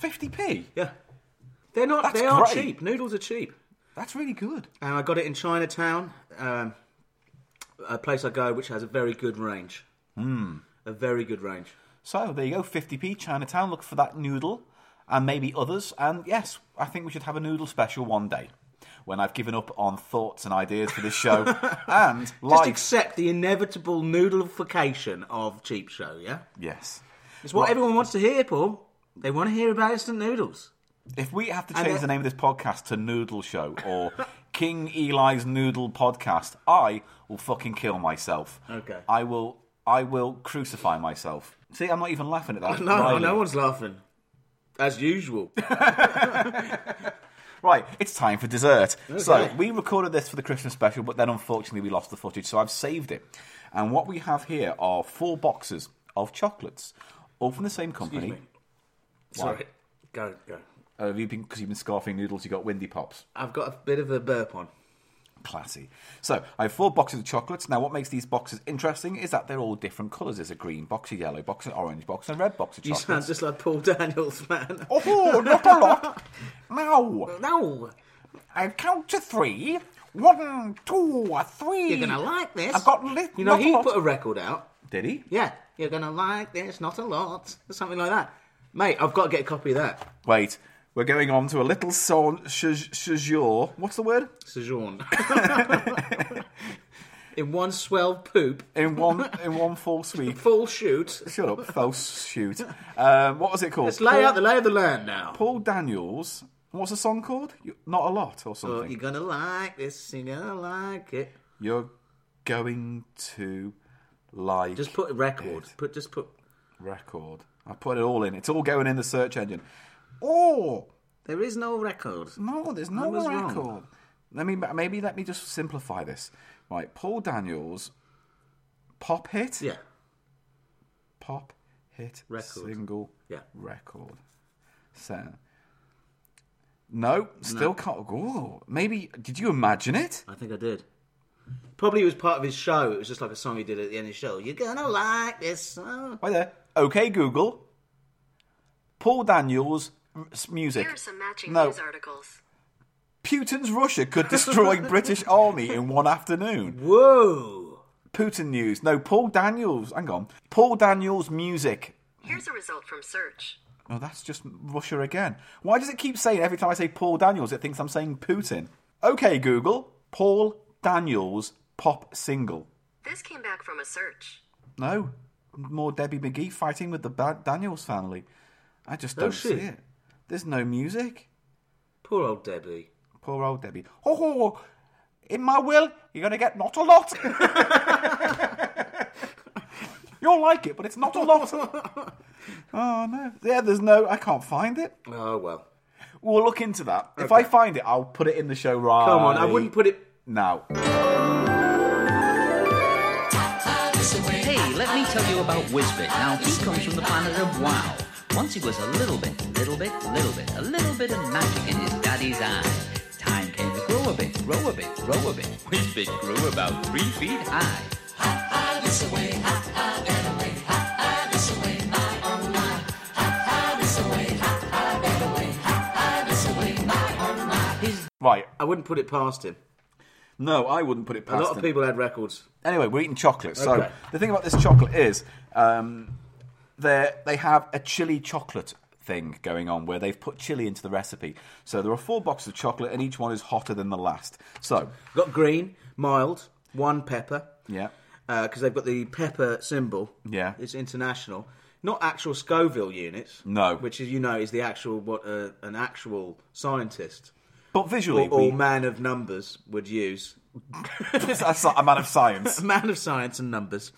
C: 50p?
B: Yeah, they're not.
C: That's
B: they are
C: great.
B: cheap. Noodles are cheap.
C: That's really good.
B: and I got it in Chinatown, um, a place I go which has a very good range. Mm. A very good range.
C: So, there you go, 50p, Chinatown. Look for that noodle and maybe others. And yes, I think we should have a noodle special one day when I've given up on thoughts and ideas for
B: [laughs]
C: this show and
B: Just
C: life.
B: accept the inevitable noodleification of cheap show. Yeah,
C: yes.
B: it's what everyone wants to hear, Paul. They want to hear about instant noodles.
C: If we have to change
B: then-
C: the name of this podcast to Noodle Show or
B: [laughs]
C: King Eli's Noodle Podcast, I will fucking kill myself.
B: Okay.
C: I will. I will crucify myself. See, I'm not even laughing at that.
B: [laughs] [laughs] No,
C: Riley.
B: no one's laughing, as usual.
C: Right, it's time for dessert. So
B: Okay.
C: we recorded this for the Christmas special, but then unfortunately we lost the footage, so I've saved it. And what we have here are four boxes of chocolates, all from the same company.
B: me. Sorry, go go.
C: Uh, have you been because you've been scarfing noodles? You got windy pops.
B: I've got a bit of a burp on.
C: Classy. So, I have four boxes of chocolates. Now, what makes these boxes interesting is that they're all different colours. There's a green box, a yellow box, an orange box, and a red box of
B: You
C: chocolates.
B: sound just like Paul [laughs] Daniels, man.
C: Oh, not a lot. Now,
B: No,
C: I count to three. One, two, three.
B: you're gonna like this.
C: I've got lit.
B: You know,
C: not a
B: he
C: lot.
B: put a record out.
C: Did he?
B: Yeah, you're gonna like this. Not a lot, or something like that. Mate, I've got to get a copy of that.
C: Wait, we're going on to a little son- sh- séjour. What's the word?
B: Sojourn. In one swell poop,
C: In one, in one full sweep.
B: full shoot.
C: Shut up, false shoot. Um, what was it called?
B: Let's lay out the lay of the land now.
C: Paul Daniels. What's the song called? You- Not a lot or
B: Oh,
C: something.
B: you're gonna like this. You're gonna like it.
C: You're going to like
B: Just put a record. Put just put.
C: record. I put it all in. It's all going in the search engine. Oh
B: There is no record.
C: no, there's no
B: was wrong.
C: record. Let me maybe let me just simplify this. Right, Paul Daniels, pop hit.
B: Yeah,
C: pop hit
B: Record.
C: single
B: Yeah.
C: record. So no, still can't. Whoa, maybe did you imagine it?
B: I think I did. Probably it was part of his show. It was just like a song he did at the end of the show. You're gonna like this. song.
C: Hi there. Okay, Google. Paul Daniels m- s- music.
D: Here are some matching
C: No.
D: news articles.
C: Putin's Russia could destroy British army in one afternoon.
B: Whoa.
C: Putin news. No, Paul Daniels. Hang on. Paul Daniels music.
D: Here's a result from search.
C: Oh, that's just Russia again. Why does it keep saying every time I say Paul Daniels, it thinks I'm saying Putin? Okay, Google. Paul Daniels pop single.
D: This came back from a search.
C: No, more Debbie McGee fighting with the ba- Daniels family. I just don't see
B: shit.
C: it. There's no music.
B: Poor old Debbie.
C: Poor old Debbie. Ho ho! In my will, you're going to get not a lot. [laughs] You'll like it, but it's not a lot. oh no! Yeah, there's no. I can't find it.
B: Oh well.
C: We'll look into that. If I find it, I'll put it in the show right.
B: Come on, I wouldn't put it.
C: now.
E: Hey, let me tell you about Whizbit. Now, he comes from the planet of Wow. Once he was a little bit, little bit, little bit, a little bit of magic in his daddy's eyes. Time came to grow a bit, grow a bit, grow a bit. Whizbit grew about three feet high.
C: Right.
B: I wouldn't put it past him.
C: No, I wouldn't put it past
B: A lot of
C: him.
B: people had records.
C: Anyway, we're eating chocolate. So
B: Okay.
C: the thing about this chocolate is, um, they they have a chili chocolate thing going on where they've put chili into the recipe. So there are four boxes of chocolate, and each one is hotter than the last. So
B: Got green, mild, one pepper.
C: yeah,
B: Because they've got the pepper symbol.
C: Yeah.
B: It's international. Not actual Scoville units.
C: No.
B: Which, as you know, is the actual, what uh, an actual scientist
C: but visually,
B: or, or
C: we,
B: man of numbers would use.
C: [laughs]
B: [laughs]
C: that's a man of science.
B: man of science and numbers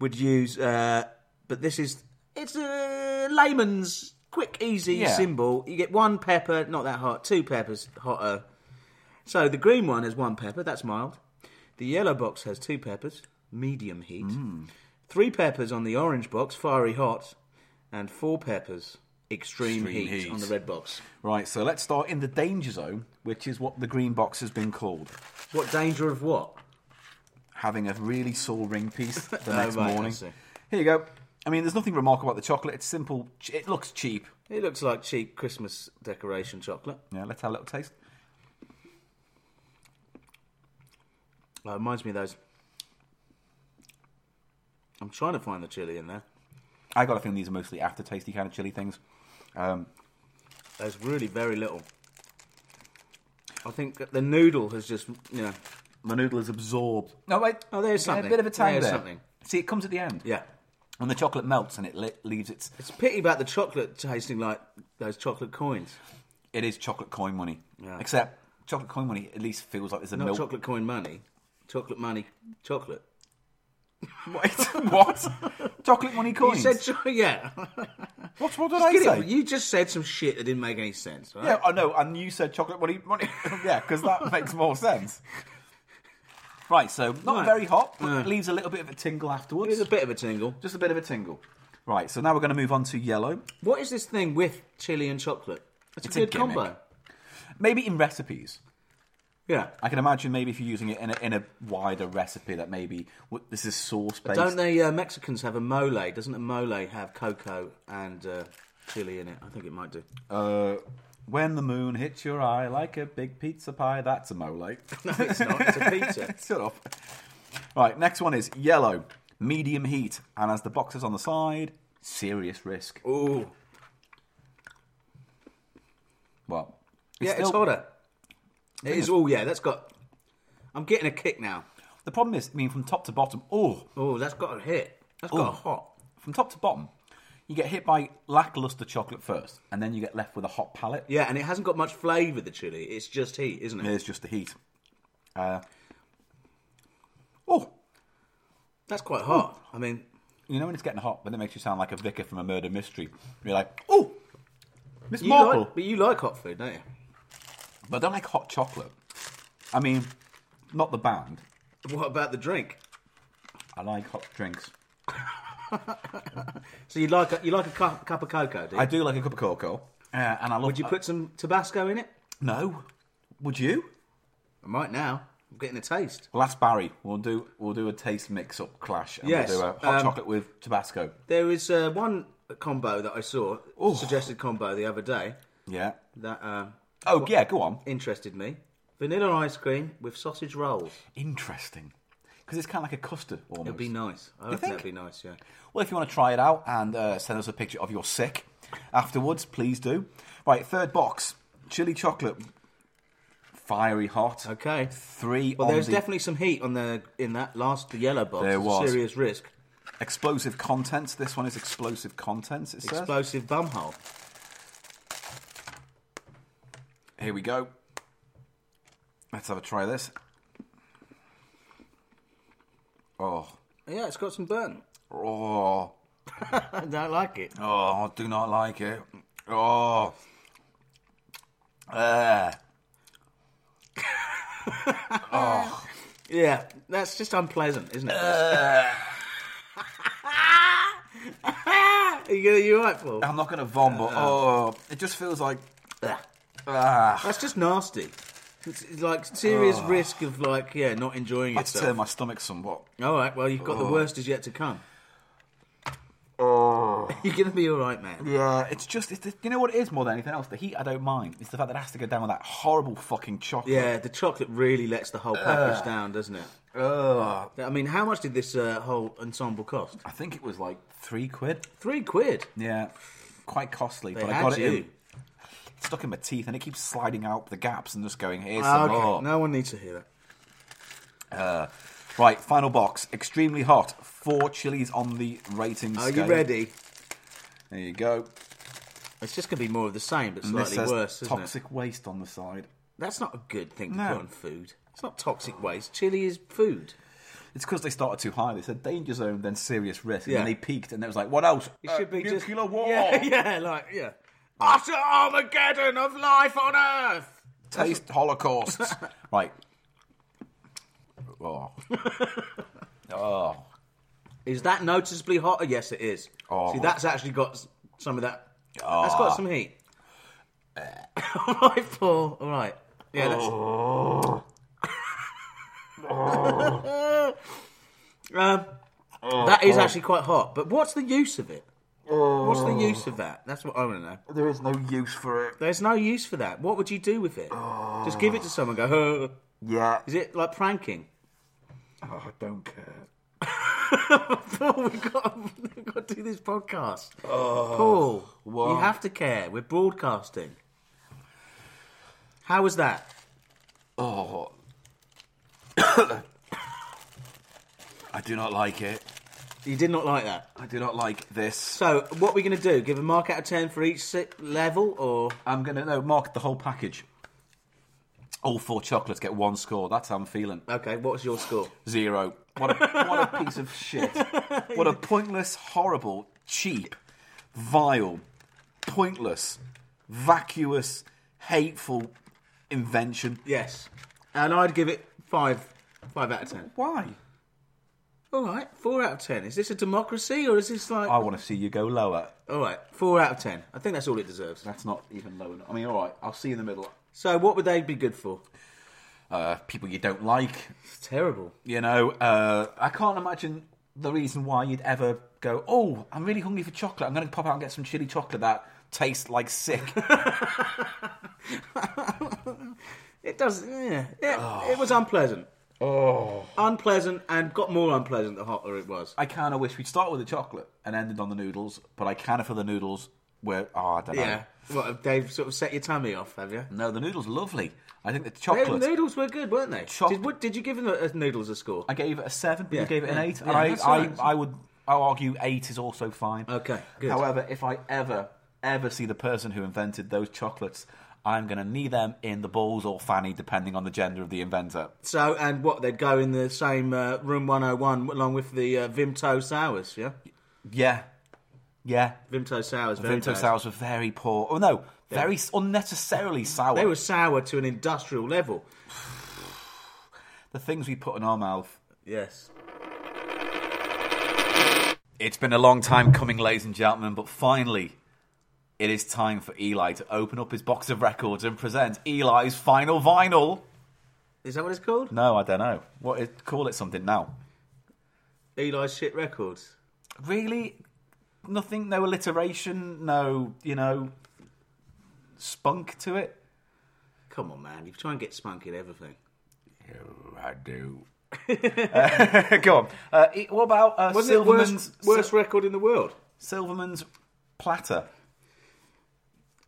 B: would use. Uh, but this is it's a layman's quick, easy
C: Yeah.
B: symbol. You get one pepper, not that hot. Two peppers, hotter. So the green one has one pepper, that's mild. The yellow box has two peppers, medium heat.
C: Hmm.
B: Three peppers on the orange box, fiery hot, and four peppers, extreme,
C: Extreme
B: heat,
C: heat.
B: on the red box.
C: Right. So let's start in the danger zone, which is what the green box has been called.
B: What danger of what?
C: having a really sore ring
B: [laughs]
C: piece the
B: Oh,
C: next
B: right, I
C: morning.
B: see.
C: Here you go. I mean, there's nothing remarkable about the chocolate. It's simple. Ch- It looks cheap.
B: It looks like cheap Christmas decoration chocolate.
C: Yeah, let's have a little taste.
B: Uh, reminds me of those. I'm trying to find the chili in there.
C: I got a feeling these are mostly aftertasty kind of chili things. Um,
B: There's really very little. I think that the noodle has just, you know,
C: the noodle is absorbed. No, wait.
B: Oh, there's
C: Yeah,
B: something.
C: A bit of a tang
B: There's
C: there.
B: something.
C: See, it comes at the end.
B: yeah.
C: When the chocolate melts and it li- leaves its.
B: It's a pity about the chocolate tasting like those chocolate coins,
C: It is chocolate coin money.
B: Yeah.
C: Except chocolate coin money at least feels like there's a
B: not
C: milk.
B: chocolate coin money, chocolate money, chocolate.
C: Wait, [laughs] what? chocolate money
B: You
C: coins.
B: said, cho- [laughs] yeah.
C: what, what did I
B: Get
C: say?
B: it? You just said some shit that didn't make any sense. Right?
C: Yeah, I know, and you said chocolate money, money. [laughs] yeah, because that makes more sense. Right, so not
B: Right.
C: very hot, but
B: Yeah.
C: leaves a little bit of a tingle afterwards.
B: It's a bit of a tingle.
C: Just a bit of a tingle. Right, so now we're going to move on to yellow.
B: What is this thing with chili and chocolate? It's,
C: It's
B: a
C: a
B: good
C: gimmick.
B: combo.
C: Maybe in recipes.
B: Yeah.
C: I can imagine maybe if you're using it in a, in a wider recipe that maybe w- this is sauce based.
B: Don't they uh, Mexicans have a mole? Doesn't a mole have cocoa and uh, chili in it? I think it might do. [laughs]
C: Uh, when the moon hits your eye like a big pizza pie, that's a mole. [laughs]
B: No, it's not. It's a pizza.
C: Shut up. Right, next one is yellow, medium heat, and as the box is on the side, serious risk.
B: Ooh.
C: Well,
B: Yeah, it's
C: still-
B: hotter. It is. Oh yeah, that's got. I'm getting a kick now.
C: The problem is, I mean, from top to bottom, oh,
B: Oh, that's got a hit. That's got
C: Ooh.
B: a hot.
C: from top to bottom, you get hit by lackluster chocolate first, and then you get left with a hot palate.
B: Yeah, and it hasn't got much flavour. The chili. It's just heat, isn't it?
C: There's just the heat. Uh, oh,
B: That's quite hot. I mean,
C: you know when it's getting hot, then it makes you sound like a vicar from a murder mystery. You're like, oh, Miss
B: you
C: Marple.
B: like, but you like hot food, don't you?
C: But I don't like hot chocolate. I mean, not the band.
B: What about the drink?
C: I like hot drinks.
B: So you like a, you like a cup, cup of cocoa, do you?
C: I do like a cup of cocoa, uh, and I love.
B: Would you put some Tabasco in it?
C: no? Would you?
B: I might now. I'm getting a taste.
C: Last Barry, we'll do we'll do a taste mix up clash. And
B: Yes,
C: we'll do a hot
B: um,
C: chocolate with Tabasco.
B: There is uh, one combo that I saw suggested combo the other day
C: Yeah.
B: that uh,
C: Oh yeah, go on.
B: interested me. Vanilla ice cream with sausage rolls.
C: Interesting, because it's kind of like a custard almost.
B: It'd be nice. I reckon
C: think?
B: that'd be nice. Yeah.
C: Well, if you want to try it out and uh, send us a picture of your sick afterwards, please do. Right, third box, chili chocolate, fiery hot.
B: Okay.
C: Three.
B: Well,
C: on
B: there's
C: the-
B: definitely some heat on the in that last the yellow box.
C: There
B: It's a
C: was.
B: serious risk.
C: Explosive contents. This one is explosive contents. It says.
B: Explosive bumhole.
C: Here we go. Let's have a try of this. Oh,
B: Yeah, it's got some burn.
C: oh,
B: [laughs] I don't like it.
C: oh! I do not like it. Oh, uh,
B: Yeah, that's just unpleasant, isn't it? [laughs] Are you gonna you right, Paul?
C: I'm not going to vom,
B: Uh-huh.
C: but oh, it just feels like ah.
B: That's just nasty. It's, it's like serious risk of like yeah not enjoying
C: That's turned
B: yourself.
C: my stomach somewhat.
B: All right, well you've got the worst is yet to come. [laughs] You're gonna be all right, man.
C: Yeah, it's just it's, you know what it is more than anything else. The heat I don't mind. It's the fact that it has to go down with that horrible fucking chocolate.
B: Yeah, the chocolate really lets the whole package down, doesn't it?
C: Ugh.
B: I mean, how much did this uh, whole ensemble cost?
C: I think it was like three quid.
B: Three quid.
C: Yeah, quite costly.
B: They
C: but I
B: had
C: got it
B: you.
C: in, stuck in my teeth, and it keeps sliding out the gaps and just going here's
B: Ah,
C: some more.
B: okay, no one needs to hear that.
C: Right, final box. Extremely hot. Four chilies on the rating
B: Are
C: scale.
B: you ready?
C: There you go.
B: It's just gonna be more of the same, but
C: And this
B: slightly
C: says
B: worse. Isn't it?
C: toxic waste on the side.
B: That's not a good thing to
C: No.
B: put on food. It's not toxic waste. Chili is food.
C: It's because they started too high. They said danger zone, then serious risk, and
B: Yeah.
C: then they peaked, and it was like, what else? Uh,
B: It should be just
C: nuclear war.
B: Yeah, [laughs] yeah, like yeah. Utter Armageddon of life on Earth.
C: [laughs] Taste
B: [laughs]
C: holocausts. right. Oh. oh.
B: Is that noticeably hotter? Yes, it is.
C: Oh.
B: See, that's actually got s- some of that. That's got some heat. Eh. [laughs] All right, Paul. All right. Yeah. That's... Oh. [laughs] um, that is actually quite hot. But what's the use of it? What's the use of that? That's what I want to know.
C: There is no use for it.
B: There's no use for that. What would you do with it? Just give it to someone. and Go. "Huh."
C: Yeah.
B: Is it like pranking? [laughs]
C: Oh, I don't care.
B: Paul, we've got, we've got to do this podcast. Paul, you have to care. We're broadcasting. How was that?
C: Oh. I do not like it.
B: You did not like that.
C: I do not like this.
B: So, what we're going to do? Give a mark out of 10 for each si- level, or.
C: I'm gonna no mark the whole package. All four chocolates get one score. That's how I'm feeling.
B: Okay, what's your score?
C: Zero. What a, what a piece of shit. What a pointless, horrible, cheap, vile, pointless, vacuous, hateful invention.
B: Yes. And I'd give it 5 5 out of 10.
C: Why?
B: All right, 4 out of 10. Is this a democracy, or is this like.
C: I want to see you go lower.
B: All right, 4 out of 10. I think that's all it deserves.
C: That's not even low enough. I mean, all right, I'll see you in the middle.
B: So, what would they be good for?
C: uh, people you don't like.
B: It's terrible.
C: You know, uh, I can't imagine the reason why you'd ever go, oh, I'm really hungry for chocolate. I'm going to pop out and get some chili chocolate that tastes like sick.
B: It does. Yeah, yeah it was unpleasant. Oh, unpleasant, and got more unpleasant the hotter it was.
C: I kind of wish we'd start with the chocolate and ended on the noodles, but I kind of feel the noodles were, oh, I don't know.
B: Yeah. What Dave sort of set your tummy off, have you?
C: No, the noodles are lovely. I think the
B: Their
C: chocolate.
B: noodles were good, weren't they?
C: Chocolate.
B: Did, what, did you give them the uh, noodles a score?
C: I gave it a seven, but
B: Yeah,
C: you gave it an
B: yeah,
C: eight.
B: yeah,
C: and
B: that's
C: I,
B: alright.
C: I, I would, I would argue eight is also fine.
B: Okay, good.
C: However, if I ever, ever see the person who invented those chocolates, I'm going to knee them in the balls or fanny, depending on the gender of the inventor.
B: So, and what they'd go in the same uh, room 101 along with the uh, Vimto sours, yeah.
C: Yeah, yeah.
B: Vimto sours, very
C: Vimto
B: bad.
C: sours were very poor. Oh no, very s unnecessarily sour.
B: They were sour to an industrial level.
C: The things we put in our mouth.
B: Yes.
C: It's been a long time coming, ladies and gentlemen, but finally, it is time for Eli to open up his box of records and present Eli's final vinyl.
B: Is that what it's called?
C: No, I don't know. What is, call it something now?
B: Eli's shit records.
C: Really, nothing. No alliteration. No, you know, spunk to it.
B: Come on, man! You try and get spunk in everything.
C: I do. [laughs] go on. Uh, e- what about uh,
B: Wasn't it worst,
C: Silverman's
B: worst
C: Sil-
B: record in the world?
C: Silverman's platter?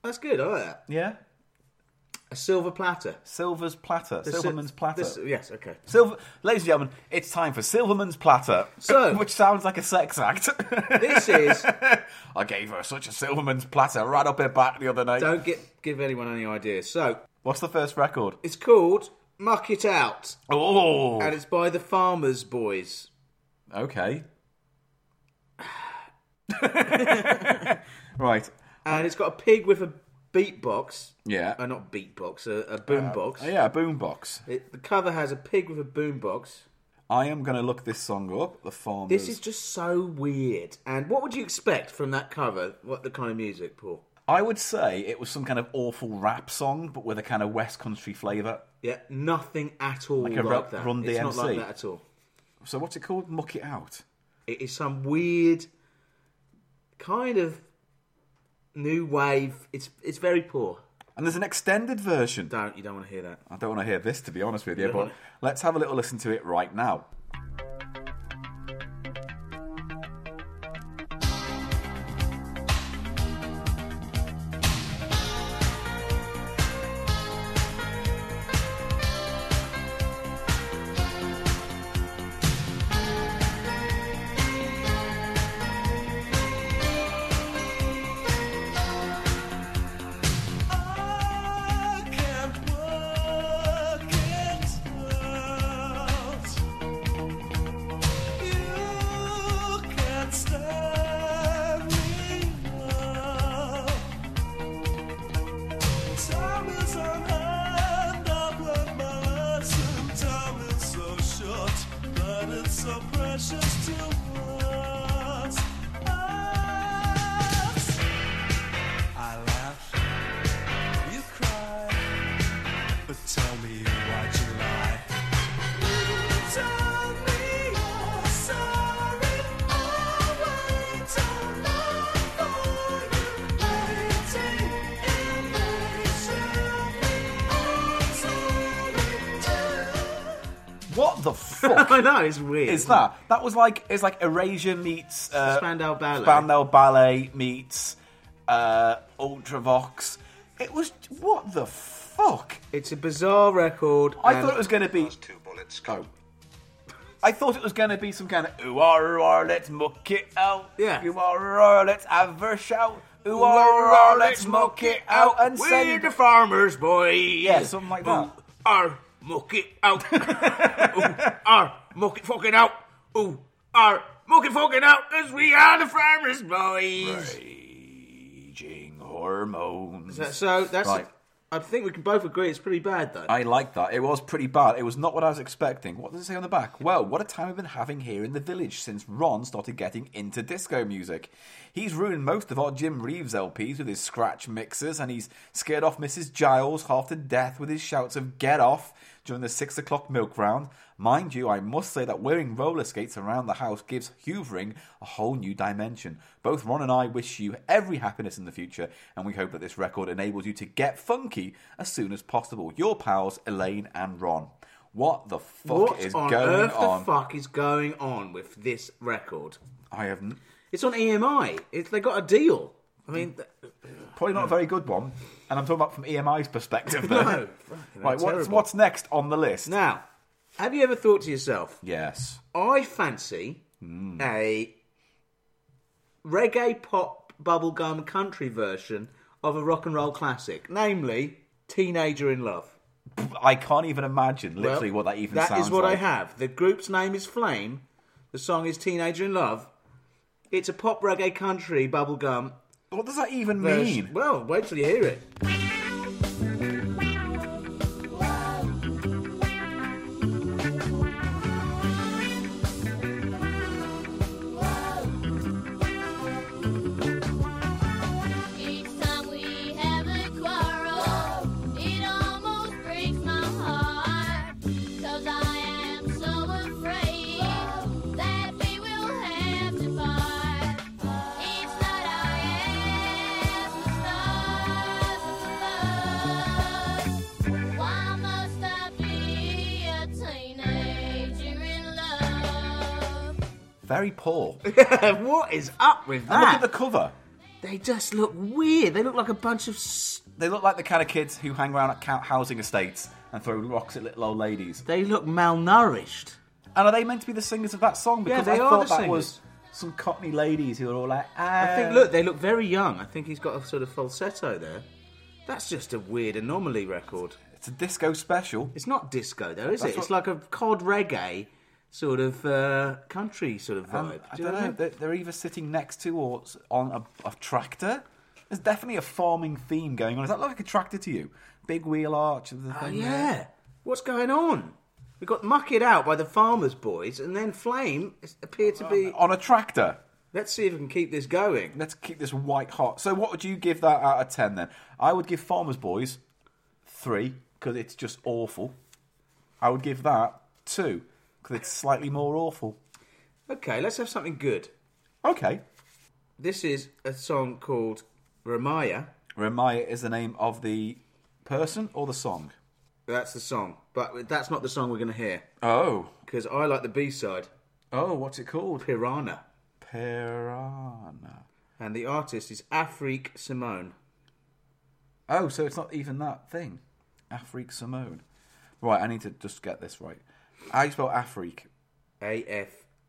B: That's good. I like that.
C: Yeah,
B: A silver platter.
C: Silver's platter.
B: The sil-
C: Silverman's platter.
B: the- yes. Okay.
C: Silver, ladies and gentlemen, it's time for Silverman's platter.
B: So-
C: [laughs] which sounds like a sex act. [laughs]
B: This is. [laughs]
C: I gave her such a Silverman's platter right up her back the other night.
B: don't get give anyone any ideas. So
C: What's the first record?
B: it's called Muck It Out,
C: Oh,
B: and it's by the Farmers Boys.
C: okay. [laughs] right.
B: and it's got a pig with a beatbox.
C: Yeah.
B: Uh, not beatbox, a, a boombox.
C: Oh, yeah, boombox.
B: It- the cover has a pig with a boombox.
C: I am going to look this song up. The farmers.
B: This is just so weird. And what would you expect from that cover? What the kind of music, Paul?
C: I would say it was some kind of awful rap song, but with a kind of West Country flavour.
B: Yeah, nothing at all like,
C: a Ru-
B: that.
C: Run
B: it's not
C: DMC.
B: like that at all.
C: So what's it called? Muck it out.
B: It is some weird kind of new wave. It's it's very poor.
C: And there's an extended version.
B: Don't you don't want to hear that.
C: I don't want to hear this, to be honest with you,
B: don't
C: but
B: wanna-
C: let's have a little listen to it right now.
F: So precious to us. us. I laugh, you cry, but tell me why'd you lie? Tell me you're sorry. I'll wait for you, waiting impatiently.
C: What the
B: [laughs]
C: fuck
B: I know it's weird.
C: [laughs] is that? That was like it's like Erasure meets uh,
B: Spandau Ballet.
C: Spandau Ballet meets uh, Ultravox. It was what the fuck?
B: It's a bizarre record.
C: I
B: and-
C: thought it was going to be two bullets go. I thought it was going to be some kind of ooh ah, ooh, ah, let's muck it out.
B: Yeah.
C: Ooh ah, ooh, ah, let's have a shout. Ooh ah, ooh, ah, let's muck it out and
B: We're
C: send
B: the farmers, boy.
C: Yeah, something like that.
B: Ooh, ar, muck it
C: [laughs]
B: out. Ooh, ar, muck it fucking out. Ooh, ar, muck it fucking out, because we are the farmers, boys.
C: Raging hormones.
B: So that's.
C: Right.
B: I think we can both agree it's pretty bad, though.
C: I like that. It was pretty bad. It was not what I was expecting. What does it say on the back? Well, what a time we've been having here in the village since Ron started getting into disco music. He's ruined most of our Jim Reeves LPs with his scratch mixes, and he's scared off Mrs. Giles half to death with his shouts of get off. during the six o'clock milk round. Mind you, I must say that wearing roller skates around the house gives hoovering a whole new dimension. Both Ron and I wish you every happiness in the future, and we hope that this record enables you to get funky as soon as possible. Your pals, Elaine and Ron. What the fuck
B: What
C: is
B: on
C: going
B: earth
C: on?
B: the fuck is going on with this record?
C: I have n-
B: It's on EMI. It's, they got a deal. I mean,
C: [laughs]
B: th-
C: probably not a very good one, and I'm talking about from EMI's
B: [laughs]
C: perspective.
B: No,
C: There.
B: fucking
C: right, what's,
B: terrible.
C: what's next on the list?
B: now, have you ever thought to yourself,
C: Yes.
B: I fancy
C: Hmm.
B: a reggae pop bubblegum country version of a rock and roll classic, namely Teenager in Love.
C: I can't even imagine
B: Well,
C: literally what that even
B: That
C: sounds
B: is what
C: like.
B: I have. The group's name is Flame. The song is Teenager in Love. It's a pop reggae country bubblegum.
C: What does that even
B: version-
C: mean?
B: Well, wait till you hear it. [laughs]
G: Each time we have a quarrel, it almost breaks my heart. 'Cause I am so afraid that we will have to part. It's not our ass, it's not love. Why must I be a teenager in love?
C: Very
B: [laughs]
C: poor. And
B: what is up with
C: look at
B: that?
C: the cover.
B: They just look weird. They look like a bunch of. s-
C: They look like the kind of kids who hang around at count housing estates and throw rocks at little old ladies.
B: They look malnourished.
C: And are they meant to be the singers of that song?
B: Yeah,
C: Because
B: they
C: I
B: are
C: thought
B: the
C: that was some cockney ladies who were all like,
B: I think,
C: "Um,
B: look, they look very young. I think he's got a sort of falsetto there. That's just a weird anomaly record.
C: it's a disco special.
B: It's not disco, though, is
C: That's
B: it? It's like
C: what-
B: a cod reggae sort of uh, country sort of
C: Um,
B: vibe.
C: I
B: Do you
C: don't know. They're, they're either sitting next to or s- on a, a tractor. There's definitely a farming theme going on. Does that look like a tractor to you? Big wheel arch of the
B: Oh,
C: thing. there.
B: yeah. What's going on? We got mucked out by the farmers' boys, and then Flame is- appeared to be.
C: On a tractor.
B: Let's see if we can keep this going.
C: Let's keep this white hot. So, what would you give that out of 10 then? I would give Farmer's Boys three because it's just awful. I would give that two because it's slightly more awful.
B: Okay, let's have something good.
C: Okay.
B: This is a song called Ramaya.
C: Ramaya is the name of the person or the song?
B: That's the song, but that's not the song we're going to hear
C: Oh.
B: because I like the B side,
C: Oh, what's it called?
B: Piranha.
C: Piranha.
B: and the artist is Afrique Simone.
C: Oh, so it's not even that thing. Afrique Simone. Right, I need to just get this right. How do you spell Afrique?
B: A F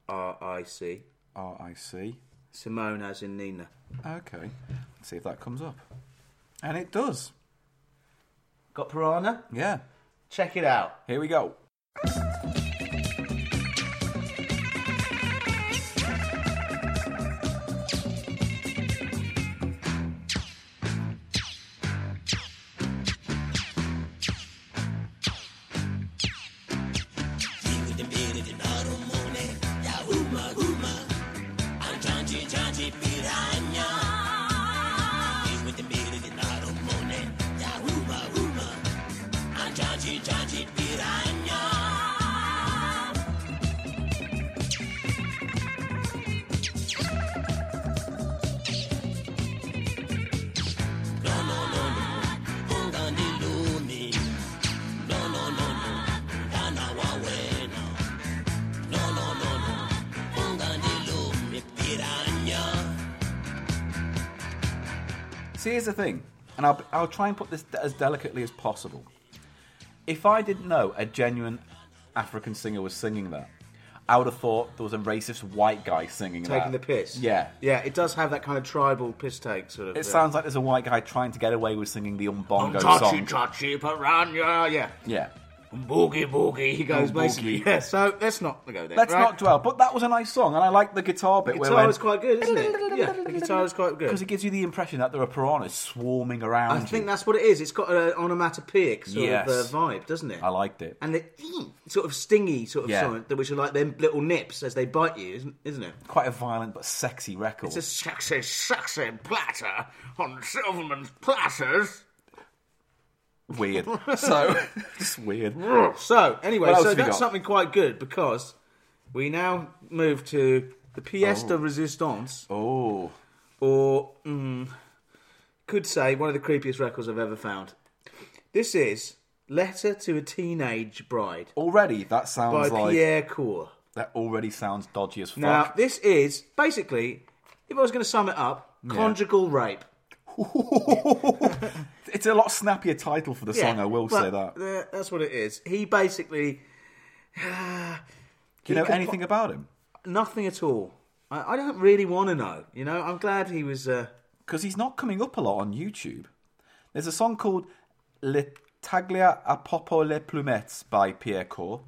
B: R I C.
C: R I C.
B: Simone as in Nina.
C: Okay. Let's see if that comes up. And it does.
B: Got Piranha?
C: Yeah.
B: Check it out.
C: Here we go. See, here's the thing, and I'll, I'll try and put this d- as delicately as possible. If I didn't know a genuine African singer was singing that, I would have thought there was a racist white guy singing that.
B: Taking the piss.
C: Yeah.
B: Yeah, it does have that kind of tribal piss take sort of.
C: It sounds like there's a white guy trying to get away with singing the Umbongo
B: Touchy,
C: song.
B: touchy, piranha. Yeah.
C: yeah.
B: Boogie, boogie. He goes
C: Oh,
B: basically.
C: boogie.
B: Yeah, so let's not go there.
C: Let's
B: right?
C: not dwell, but that was a nice song, and I like the guitar bit.
B: The
C: where it
B: guitar
C: went-
B: is quite good, isn't it? Yeah, the guitar is quite
C: because
B: good.
C: it gives you the impression that there are piranhas swarming around.
B: I
C: you.
B: think that's what it is. It's got an onomatopoeic sort
C: Yes.
B: of uh, vibe, doesn't it?
C: I liked it.
B: and the [sniffs] sort of stingy sort of
C: Yeah.
B: sound, which are like them little nips as they bite you, isn't, isn't it?
C: Quite a violent but sexy record.
B: It's a sexy, sexy platter on Silverman's platters.
C: [laughs]
B: [laughs]
C: Weird. So [laughs] it's weird.
B: So anyway,
C: What else
B: so
C: have you
B: that's
C: got?
B: something quite good because we now move to the pièce de résistance,
C: Oh,
B: or mm, could say one of the creepiest records I've ever found. This is "Letter to a Teenage Bride"
C: already that
B: by
C: sounds like
B: Pierre Cour.
C: that already sounds dodgy as fuck.
B: Now, this is basically, if I was going to sum it up, conjugal rape.
C: it's a lot snappier title for the song. I will
B: but
C: say that. Do
B: th- That's what it is. He basically [sighs]
C: you know
B: could
C: anything about him?
B: nothing at all. I, I don't really want to know. You know, I'm glad he was. Uh,
C: Because he's not coming up a lot on YouTube. There's a song called Le Taglia a Popo le Plumettes by Pierre Cour,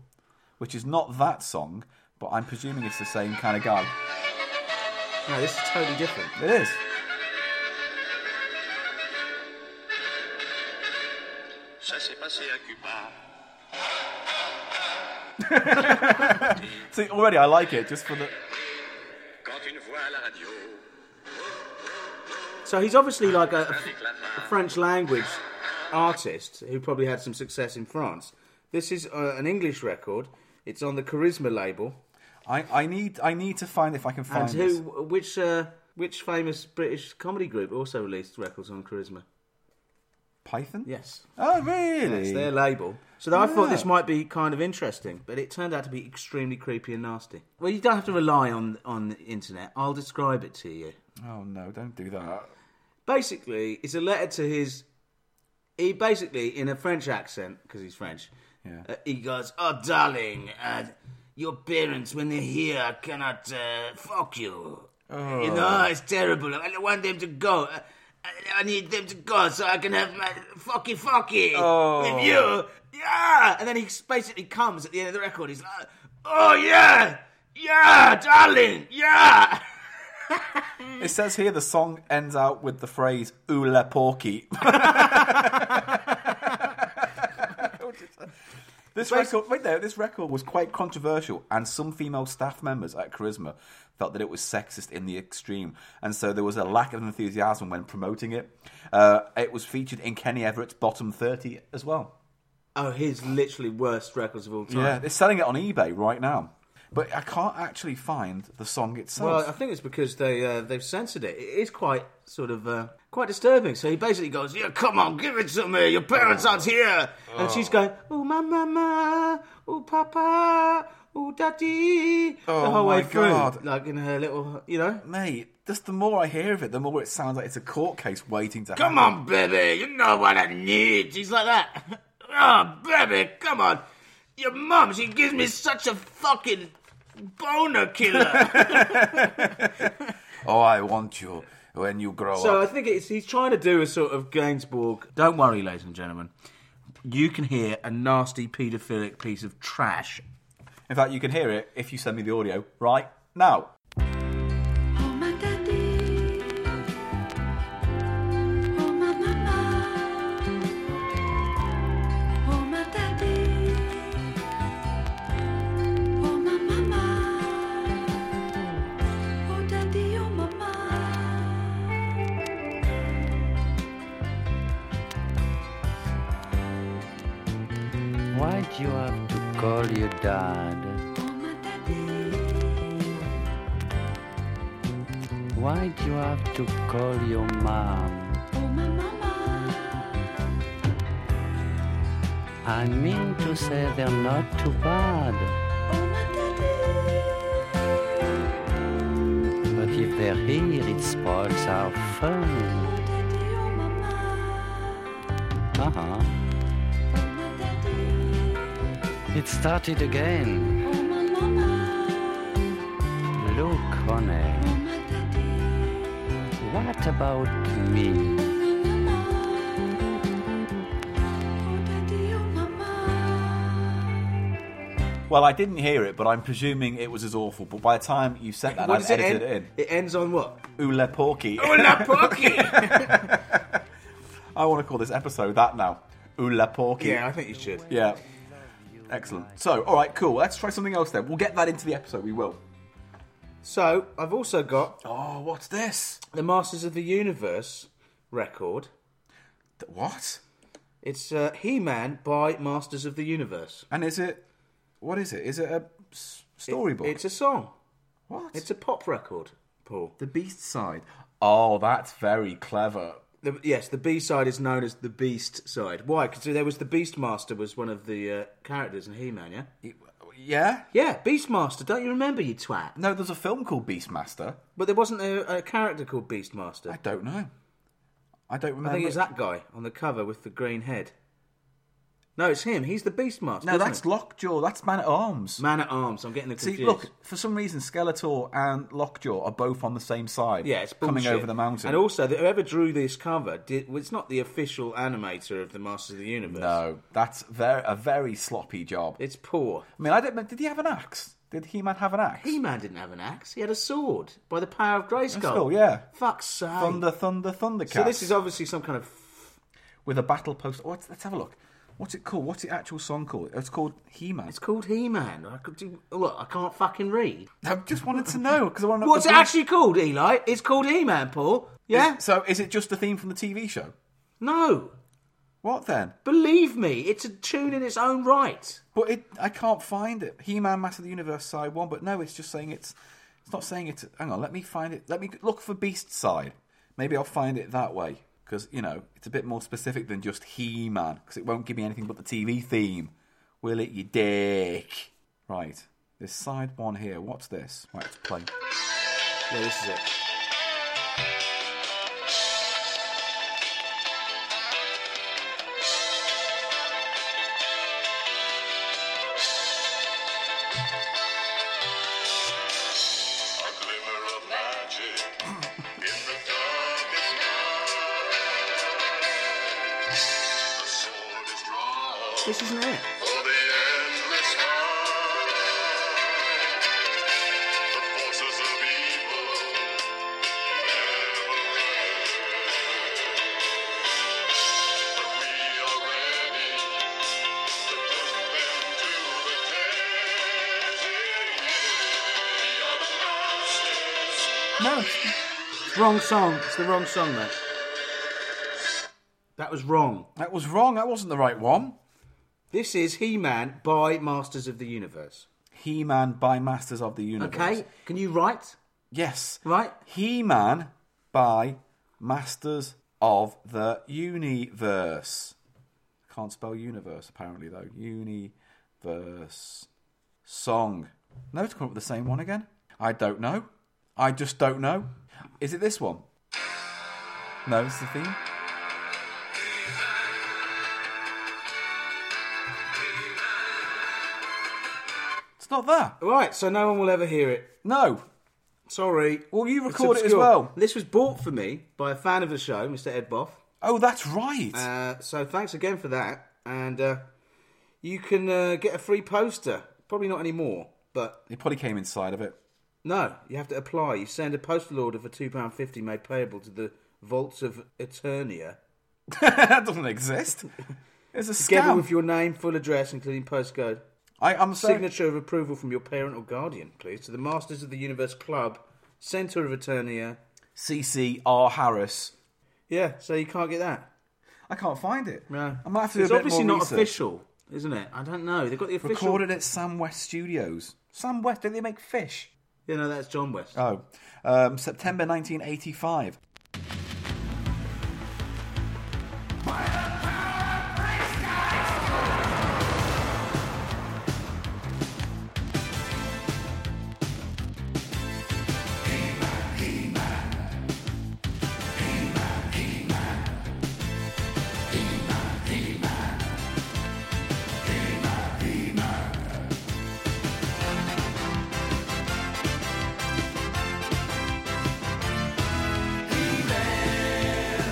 C: which is not that song, but I'm presuming it's the same kind of guy.
B: no, this is totally different.
C: It is.
H: Ça s'est passé à Cuba.
C: See, already I like it just for the.
H: Quand une voix à la radio,
B: So he's obviously like a,
H: avec la
B: a
H: fin,
B: French language artist who probably had some success in France. This is uh, an English record. It's on the Charisma label.
C: I, I need I need to find if I can
B: And
C: find
B: who?
C: this.
B: Which? Uh, which famous British comedy group also released records on Charisma?
C: Python.
B: Yes.
C: Oh really?
B: It's their label. So I thought
C: Yeah.
B: this might be kind of interesting, but it turned out to be extremely creepy and nasty. Well, you don't have to rely on on the internet. I'll describe it to you.
C: Oh no! Don't do that.
B: Basically, it's a letter to his. He basically, in a French accent, because he's French,
C: Yeah.
B: uh, he goes, "Oh, darling, uh, your parents, when they're here, cannot uh, fuck you. You know, it's terrible. I don't want them to go." Uh, I- I need them to go so I can have my fucky fucky with you. Yeah! And then he basically comes at the end of the record. He's like, oh yeah! Yeah, darling! Yeah!
C: It says here the song ends out with the phrase "Oula porky." [laughs] this record, wait there. This record was quite controversial, and some female staff members at Charisma felt that it was sexist in the extreme, and so there was a lack of enthusiasm when promoting it. Uh, it was featured in Kenny Everett's bottom thirty as well.
B: Oh, his literally worst records of all time.
C: Yeah, they're selling it on eBay right now, but I can't actually find the song itself.
B: Well, I think it's because they uh, they've censored it. It is quite sort of uh, quite disturbing. So he basically goes, "Yeah, come on, give it to me. Your parents aren't here," and she's going, "Oh, my mama, oh, papa, oh, daddy," the
C: Oh,
B: whole way
C: my
B: through,
C: God.
B: like in her little, you know.
C: Mate, just the more I hear of it, the more it sounds like it's a court case waiting to
B: Come
C: happen.
B: on, baby, you know what I need. She's like that. [laughs] Oh, baby, come on. Your mum, she gives me such a fucking boner killer.
C: Oh, I want you when you grow
B: So I
C: up.
B: think it's, he's trying to do a sort of Gainsbourg. Don't worry, ladies and gentlemen. You can hear a nasty paedophilic piece of trash.
C: In fact, you can hear it if you send me the audio right now.
F: Oh my daddy, oh my mama, oh my daddy, oh my mama, oh daddy, oh mama.
I: Why'd you have to call your dad? Why'd you have to call your mom? I mean to say they're not too bad, but if they're here, it spoils our fun. Uh huh. It started again. Look, honey. What about me?
C: Well, I didn't hear it, but I'm presuming it was as awful. But by the time you sent that,
B: What
C: I've
B: does it
C: edited
B: end?
C: it
B: It ends on [laughs] what?
C: in. Ule porky.
B: Hola, [laughs] Porky!
C: I want to call this episode that now. Ule porky.
B: yeah, I think you should.
C: Yeah. Excellent. So, all right, cool. Let's try something else then. We'll get that into the episode. We will.
B: So I've also got
C: Oh, what's this?
B: the Masters of the Universe record.
C: What?
B: It's uh, He Man by Masters of the Universe.
C: And is it? What is it? Is it a s- storybook?
B: It's a song.
C: what?
B: It's a pop record, Paul.
C: the Beast side. Oh, that's very clever.
B: The, yes, the B side is known as the Beast side. Why? Because there was the Beastmaster was one of the uh, characters in He Man. Yeah.
C: Yeah.
B: Yeah, Beastmaster. Don't you remember you twat?
C: No, there's a film called Beastmaster.
B: But there wasn't a, a character called Beastmaster.
C: I
B: I,
C: don't know. I don't remember.
B: think it's that guy on the cover with the green head. No, it's him. He's the Beastmaster.
C: No,
B: isn't
C: that's
B: it?
C: Lockjaw. That's Man at Arms.
B: Man at Arms. I'm getting the confused.
C: See, look, for some reason, Skeletor and Lockjaw are both on the same side.
B: Yeah, it's bullshit.
C: coming over the mountain.
B: And also, that whoever drew this cover, did, well, it's not the official animator of the Masters of the Universe.
C: no, that's very, a very sloppy job.
B: It's poor.
C: I mean, I don't. know- Did he have an axe? Did He-Man have an axe?
B: He Man didn't have an axe. He had a sword by the power of Grayskull.
C: Grayskull, yeah.
B: Fuck's sake.
C: Thunder, thunder, thundercat.
B: so this is obviously some kind of.
C: with a battle post. Oh, let's, let's have a look. What's it called? What's the actual song called? It's called He-Man.
B: It's called He Man. I could do. Look, I can't fucking read.
C: I just wanted to know because I want to. know
B: What's
C: the
B: it
C: theme-
B: actually called, Eli? It's called He Man, Paul. Yeah?
C: So is it just the theme from the TV show?
B: No.
C: What then?
B: Believe me, it's a tune in its own right.
C: But it, I can't find it. He-Man, Master of the Universe, side one. But no, it's just saying it's. It's not saying it's. Hang on, let me find it. Let me look for Beast side. Maybe I'll find it that way because you know it's a bit more specific than just He-Man because it won't give me anything but the TV theme. Will it, you dick? Right. This side one here. What's this? Right, it's play.
B: Yeah, this is it.
H: A glimmer of magic in the darkest night. The sword is drawn
B: This isn't it.
H: for the endless fight. The forces of evil never end. But we are ready to put them to the test. We are the masters.
B: No. Wrong song. It's the wrong song, mate. That was wrong.
C: That was wrong. That wasn't the right one.
B: This is He Man by Masters of the Universe.
C: He-Man by Masters of the Universe.
B: Okay? Can you write?
C: Yes.
B: Right?
C: He-Man by Masters of the Universe. Can't spell universe apparently though. Universe song. No, it's come up with the same one again. I don't know. I just don't know. Is it this one? No, it's the theme. It's not that.
B: Right, so no one will ever hear it.
C: No.
B: Sorry.
C: Well, you
B: It's
C: record it as
B: obscure.
C: well.
B: This was bought for me by a fan of the show, Mr. Ed Boff.
C: Oh, that's right.
B: Uh, so thanks again for that. And uh, you can uh, get a free poster. Probably not anymore, but
C: He probably came inside of it. [laughs]
B: no, you have to apply. You send a postal order for £2.50 made payable to the Vaults of Eternia.
C: that doesn't exist. It's a
B: Together
C: scam.
B: with your name, full address, including postcode.
C: I, I'm so,
B: Signature of approval from your parent or guardian, please, to the Masters of the Universe Club, Centre of Eternia.
C: CCR Harris.
B: Yeah, so you can't get that.
C: I can't find it.
B: No.
C: I might have to do
B: it's
C: a bit
B: obviously
C: more
B: not
C: research.
B: official, isn't it? I don't know. They've got the official.
C: Recorded at Sam West Studios. Sam West, don't they make fish?
B: Yeah, no, that's John West.
C: Oh, um, September 1985.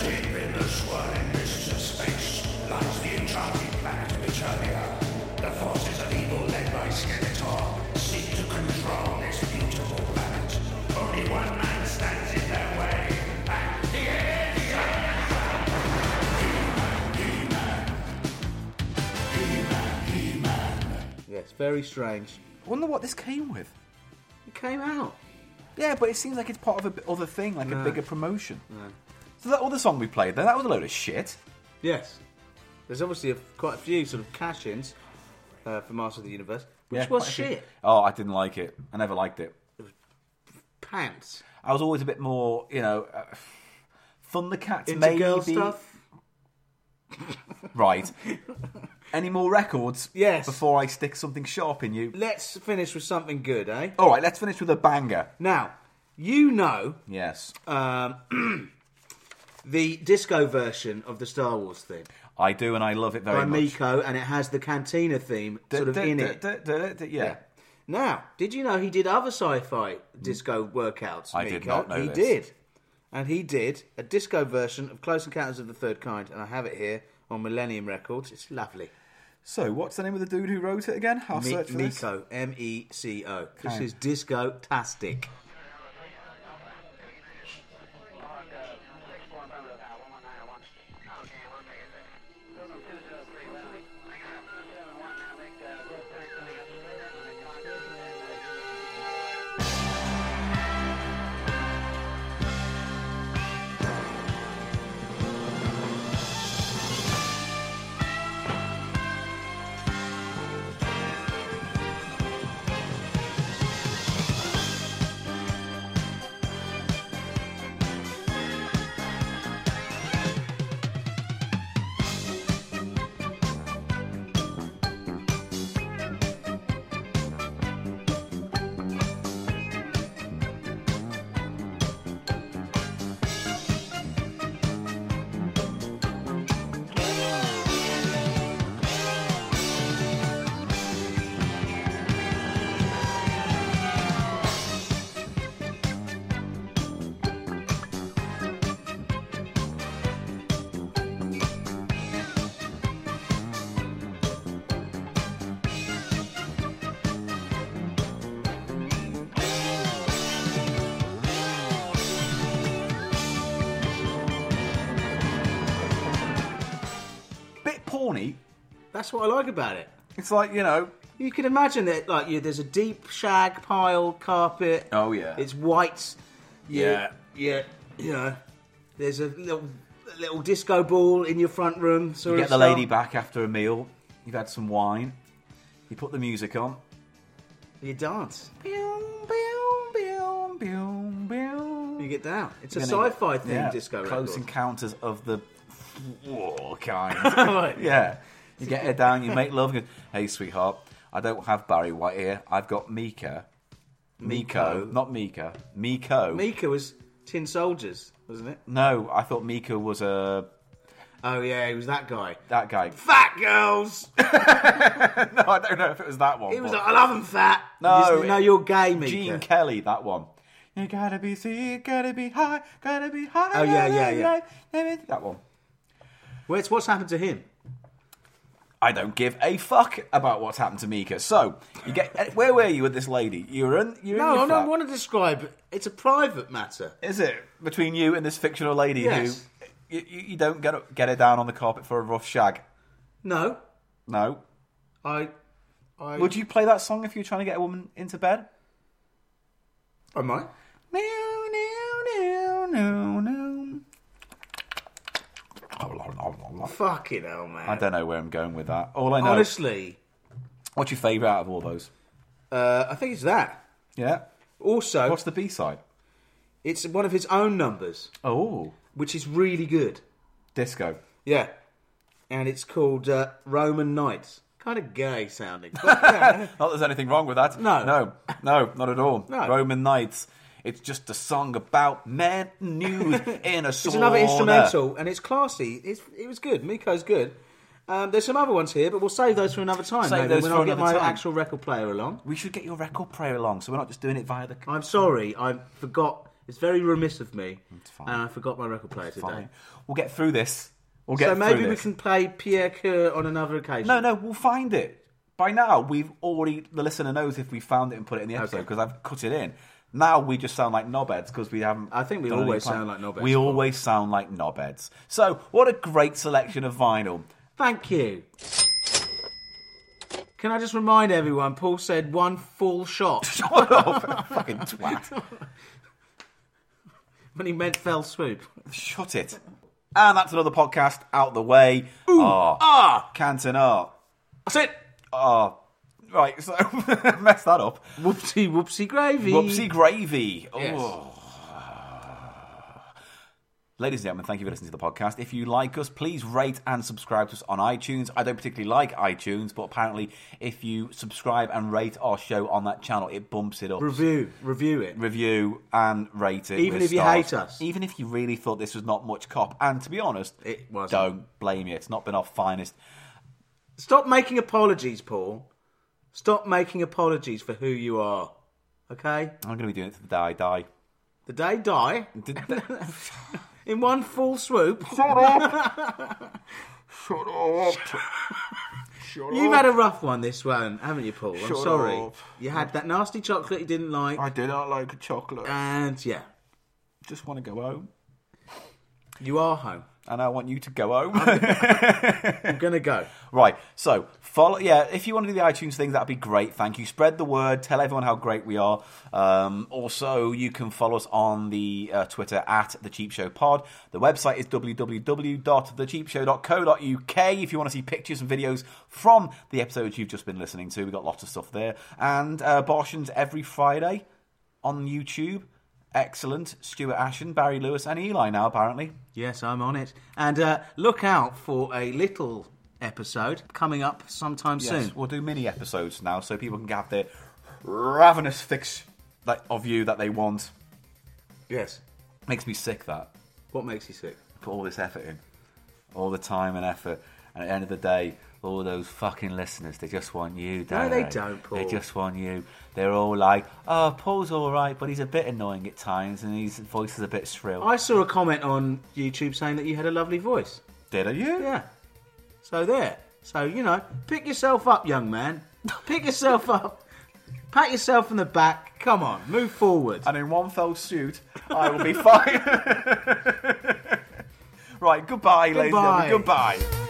A: Deep in the swirling mists of space lies the enchanted planet of Eternia. The forces of evil led by Skeletor seek to control this beautiful planet. Only one man stands in their way, and he is
B: Yes, very strange.
C: I wonder what this came with.
B: It came out.
C: Yeah, but it seems like it's part of a b- other thing, like a bigger promotion. So that other song we played there, that was a load of shit.
B: Yes. There's obviously a, quite a few sort of cash-ins uh, for Master of the Universe, which
C: Yeah,
B: was
C: quite a few.
B: shit.
C: Oh, I didn't like it. I never liked it.
B: Pants.
C: I was always a bit more, you know, uh, Thundercats
B: Into
C: maybe.
B: girl stuff. [laughs]
C: Right. Any more records?
B: Yes.
C: Before I stick something sharp in you.
B: Let's finish with something good, eh?
C: All right, let's finish with a banger.
B: Now, you know
C: Yes.
B: um, the disco version of the Star Wars theme
C: I do, and I love it very
B: by
C: much.
B: Miko, and it has the cantina theme
C: D-
B: sort of
C: d-
B: in
C: d-
B: it.
C: d- d- d- Yeah.
B: Now, did you know he did other sci-fi disco workouts?
C: I did
B: Miko?
C: not know
B: He
C: this.
B: did, and he did a disco version of Close Encounters of the Third Kind, and I have it here on Millennium Records. It's lovely.
C: So, what's the name of the dude who wrote it again? I'll
B: Me-
C: search for this.
B: Miko, M E C O. This
C: Okay.
B: is disco tastic.
C: Bit porny.
B: That's what I like about it.
C: It's like, you know.
B: You can imagine that, like, you, there's a deep shag pile carpet.
C: Oh, yeah.
B: It's white. You-
C: Yeah.
B: yeah, you know. There's a little a little disco ball in your front room. Sort
C: You
B: of
C: get the
B: style.
C: lady back after a meal. You've had some wine. You put the music on.
B: You dance.
C: Boom, boom, boom, boom, boom.
B: You get down. It's a
C: Gonna-
B: sci-fi themed
C: yeah,
B: disco
C: Close
B: record.
C: encounters of the war kind.
B: [laughs] Right.
C: yeah. You get her down, you make love, you go, hey, sweetheart, I don't have Barry White here. I've got Mika. Miko.
B: Miko.
C: Not Mika. Miko.
B: Mika was Tin Soldiers, wasn't it?
C: no, I thought Mika was a.
B: Oh yeah, he was that guy.
C: That guy. [laughs]
B: Fat girls.
C: no, I don't know if it was that one.
B: He was
C: but-
B: like, I love them fat.
C: No,
B: He said, no,
C: it-
B: you're gay, Mika.
C: Gene Kelly, that one. You gotta be sick, gotta be high, gotta be high.
B: Oh, yeah, yeah, yeah.
C: yeah. That one.
B: Where's what's happened to him?
C: I don't give a fuck about what's happened to Mika. So you get eh, where were you with this lady? You were in. You were in
B: No,
C: your
B: I don't
C: flat.
B: want to describe. it. It's a private matter.
C: Is it between you and this fictional lady
B: Yes.
C: who you, you, you don't get her- get her down on the carpet for a rough shag?
B: No,
C: No.
B: I, I
C: Would you play that song if you were trying to get a woman into bed?
B: I might.
C: No, no, no, no, no.
B: Fucking hell, man.
C: I don't know where I'm going with that. All I know.
B: Honestly,
C: What's your favourite out of all those?
B: uh, I think it's that.
C: Yeah.
B: Also,
C: What's the B side?
B: it's one of his own numbers,
C: Oh,
B: which is really good.
C: disco.
B: Yeah, and it's called uh, Roman Knights. Kind of gay sounding. But, yeah.
C: Not that there's anything wrong with that.
B: No.
C: No, no, not at all.
B: [laughs] No.
C: Roman Knights. It's just a song about men nude in a sauna.
B: [laughs] [laughs] It's another instrumental, and it's classy. It's, it was good. Miko's good. Um, there's some other ones here, but we'll save those for another time.
C: Save
B: maybe,
C: those
B: when
C: for
B: I get my
C: another time.
B: actual record player along.
C: We should get your record player along, so we're not just doing it via the.
B: I'm sorry, I forgot. It's very remiss of me,
C: fine.
B: and I forgot my record player today.
C: Fine. We'll get through this. We'll get
B: So
C: through
B: maybe we
C: this.
B: can play Pierre Coeur on another occasion.
C: No, no, we'll find it. By now, we've already the listener knows if we found it and put it in the episode
B: Okay.
C: because I've cut it in. Now we just sound like knobheads because we haven't.
B: I think we
C: done any
B: always
C: plan-
B: sound like knobheads,
C: We
B: Paul.
C: always sound like knobheads. So what a great selection of vinyl.
B: Thank you. Can I just remind everyone? Paul said one full shot
C: Shut up, fucking twat.
B: when he meant fell swoop.
C: Shut it. And that's another podcast out the way. Ah,
B: Ah,
C: Canton, ah,
B: that's it.
C: ah. Right, so [laughs] mess that up.
B: Whoopsie, whoopsie gravy.
C: Whoopsie gravy. Oh.
B: Yes.
C: Ladies and gentlemen, thank you for listening to the podcast. If you like us, please rate and subscribe to us on iTunes. I don't particularly like iTunes, but apparently, if you subscribe and rate our show on that channel, it bumps it up.
B: Review, review it.
C: Review and rate it.
B: Even
C: with
B: if you
C: stars.
B: hate us.
C: Even if you really thought this was not much cop. And to be honest,
B: It wasn't.
C: don't blame you. It's not been our finest.
B: Stop making apologies, Paul. Stop making apologies for who you are. Okay?
C: I'm going to be doing it to the day I die.
B: The day die
C: Did
B: [laughs]
C: that-
B: in one full swoop. [laughs]
C: Shut up.
B: You've had a rough one this one, haven't you, Paul? I'm
C: Shut
B: sorry.
C: up.
B: You had that nasty chocolate you didn't like,
C: I do not like chocolate.
B: and yeah,
C: just want to go home.
B: you are home.
C: and I want you to go home.
B: I'm gonna
C: [laughs]
B: go.
C: right, so follow. Yeah, if you want to do the iTunes thing, that'd be great. Thank you. Spread the word. Tell everyone how great we are. Um, also, you can follow us on the uh, Twitter at the Cheap Show Pod. The website is www.thecheapshow.co.uk. If you want to see pictures and videos from the episodes you've just been listening to, we've got lots of stuff there. And uh, Barshans every Friday on YouTube. Excellent. Stuart Ashen, Barry Lewis, and Eli now apparently.
B: Yes, I'm on it. And uh, look out for a little episode coming up sometime
C: Yes,
B: soon.
C: we'll do mini episodes now so people can have their ravenous fix that, of you that they want.
B: Yes.
C: Makes me sick that.
B: What makes you sick?
C: Put all this effort in, all the time and effort, and at the end of the day, all those fucking listeners, they just want you,
B: No,
C: don't
B: they
C: they
B: don't, Paul.
C: They just want you. They're all like, oh, Paul's alright, but he's a bit annoying at times and his voice is a bit shrill.
B: I saw a comment on YouTube saying that you had a lovely voice.
C: Did you?
B: Yeah. So there. So you know, pick yourself up, young man. Pick yourself up. Pat yourself on the back. Come on, move forward.
C: And in one fell suit, I [laughs] will be fine. right, goodbye, ladies and gentlemen.
B: Goodbye.
C: Goodbye.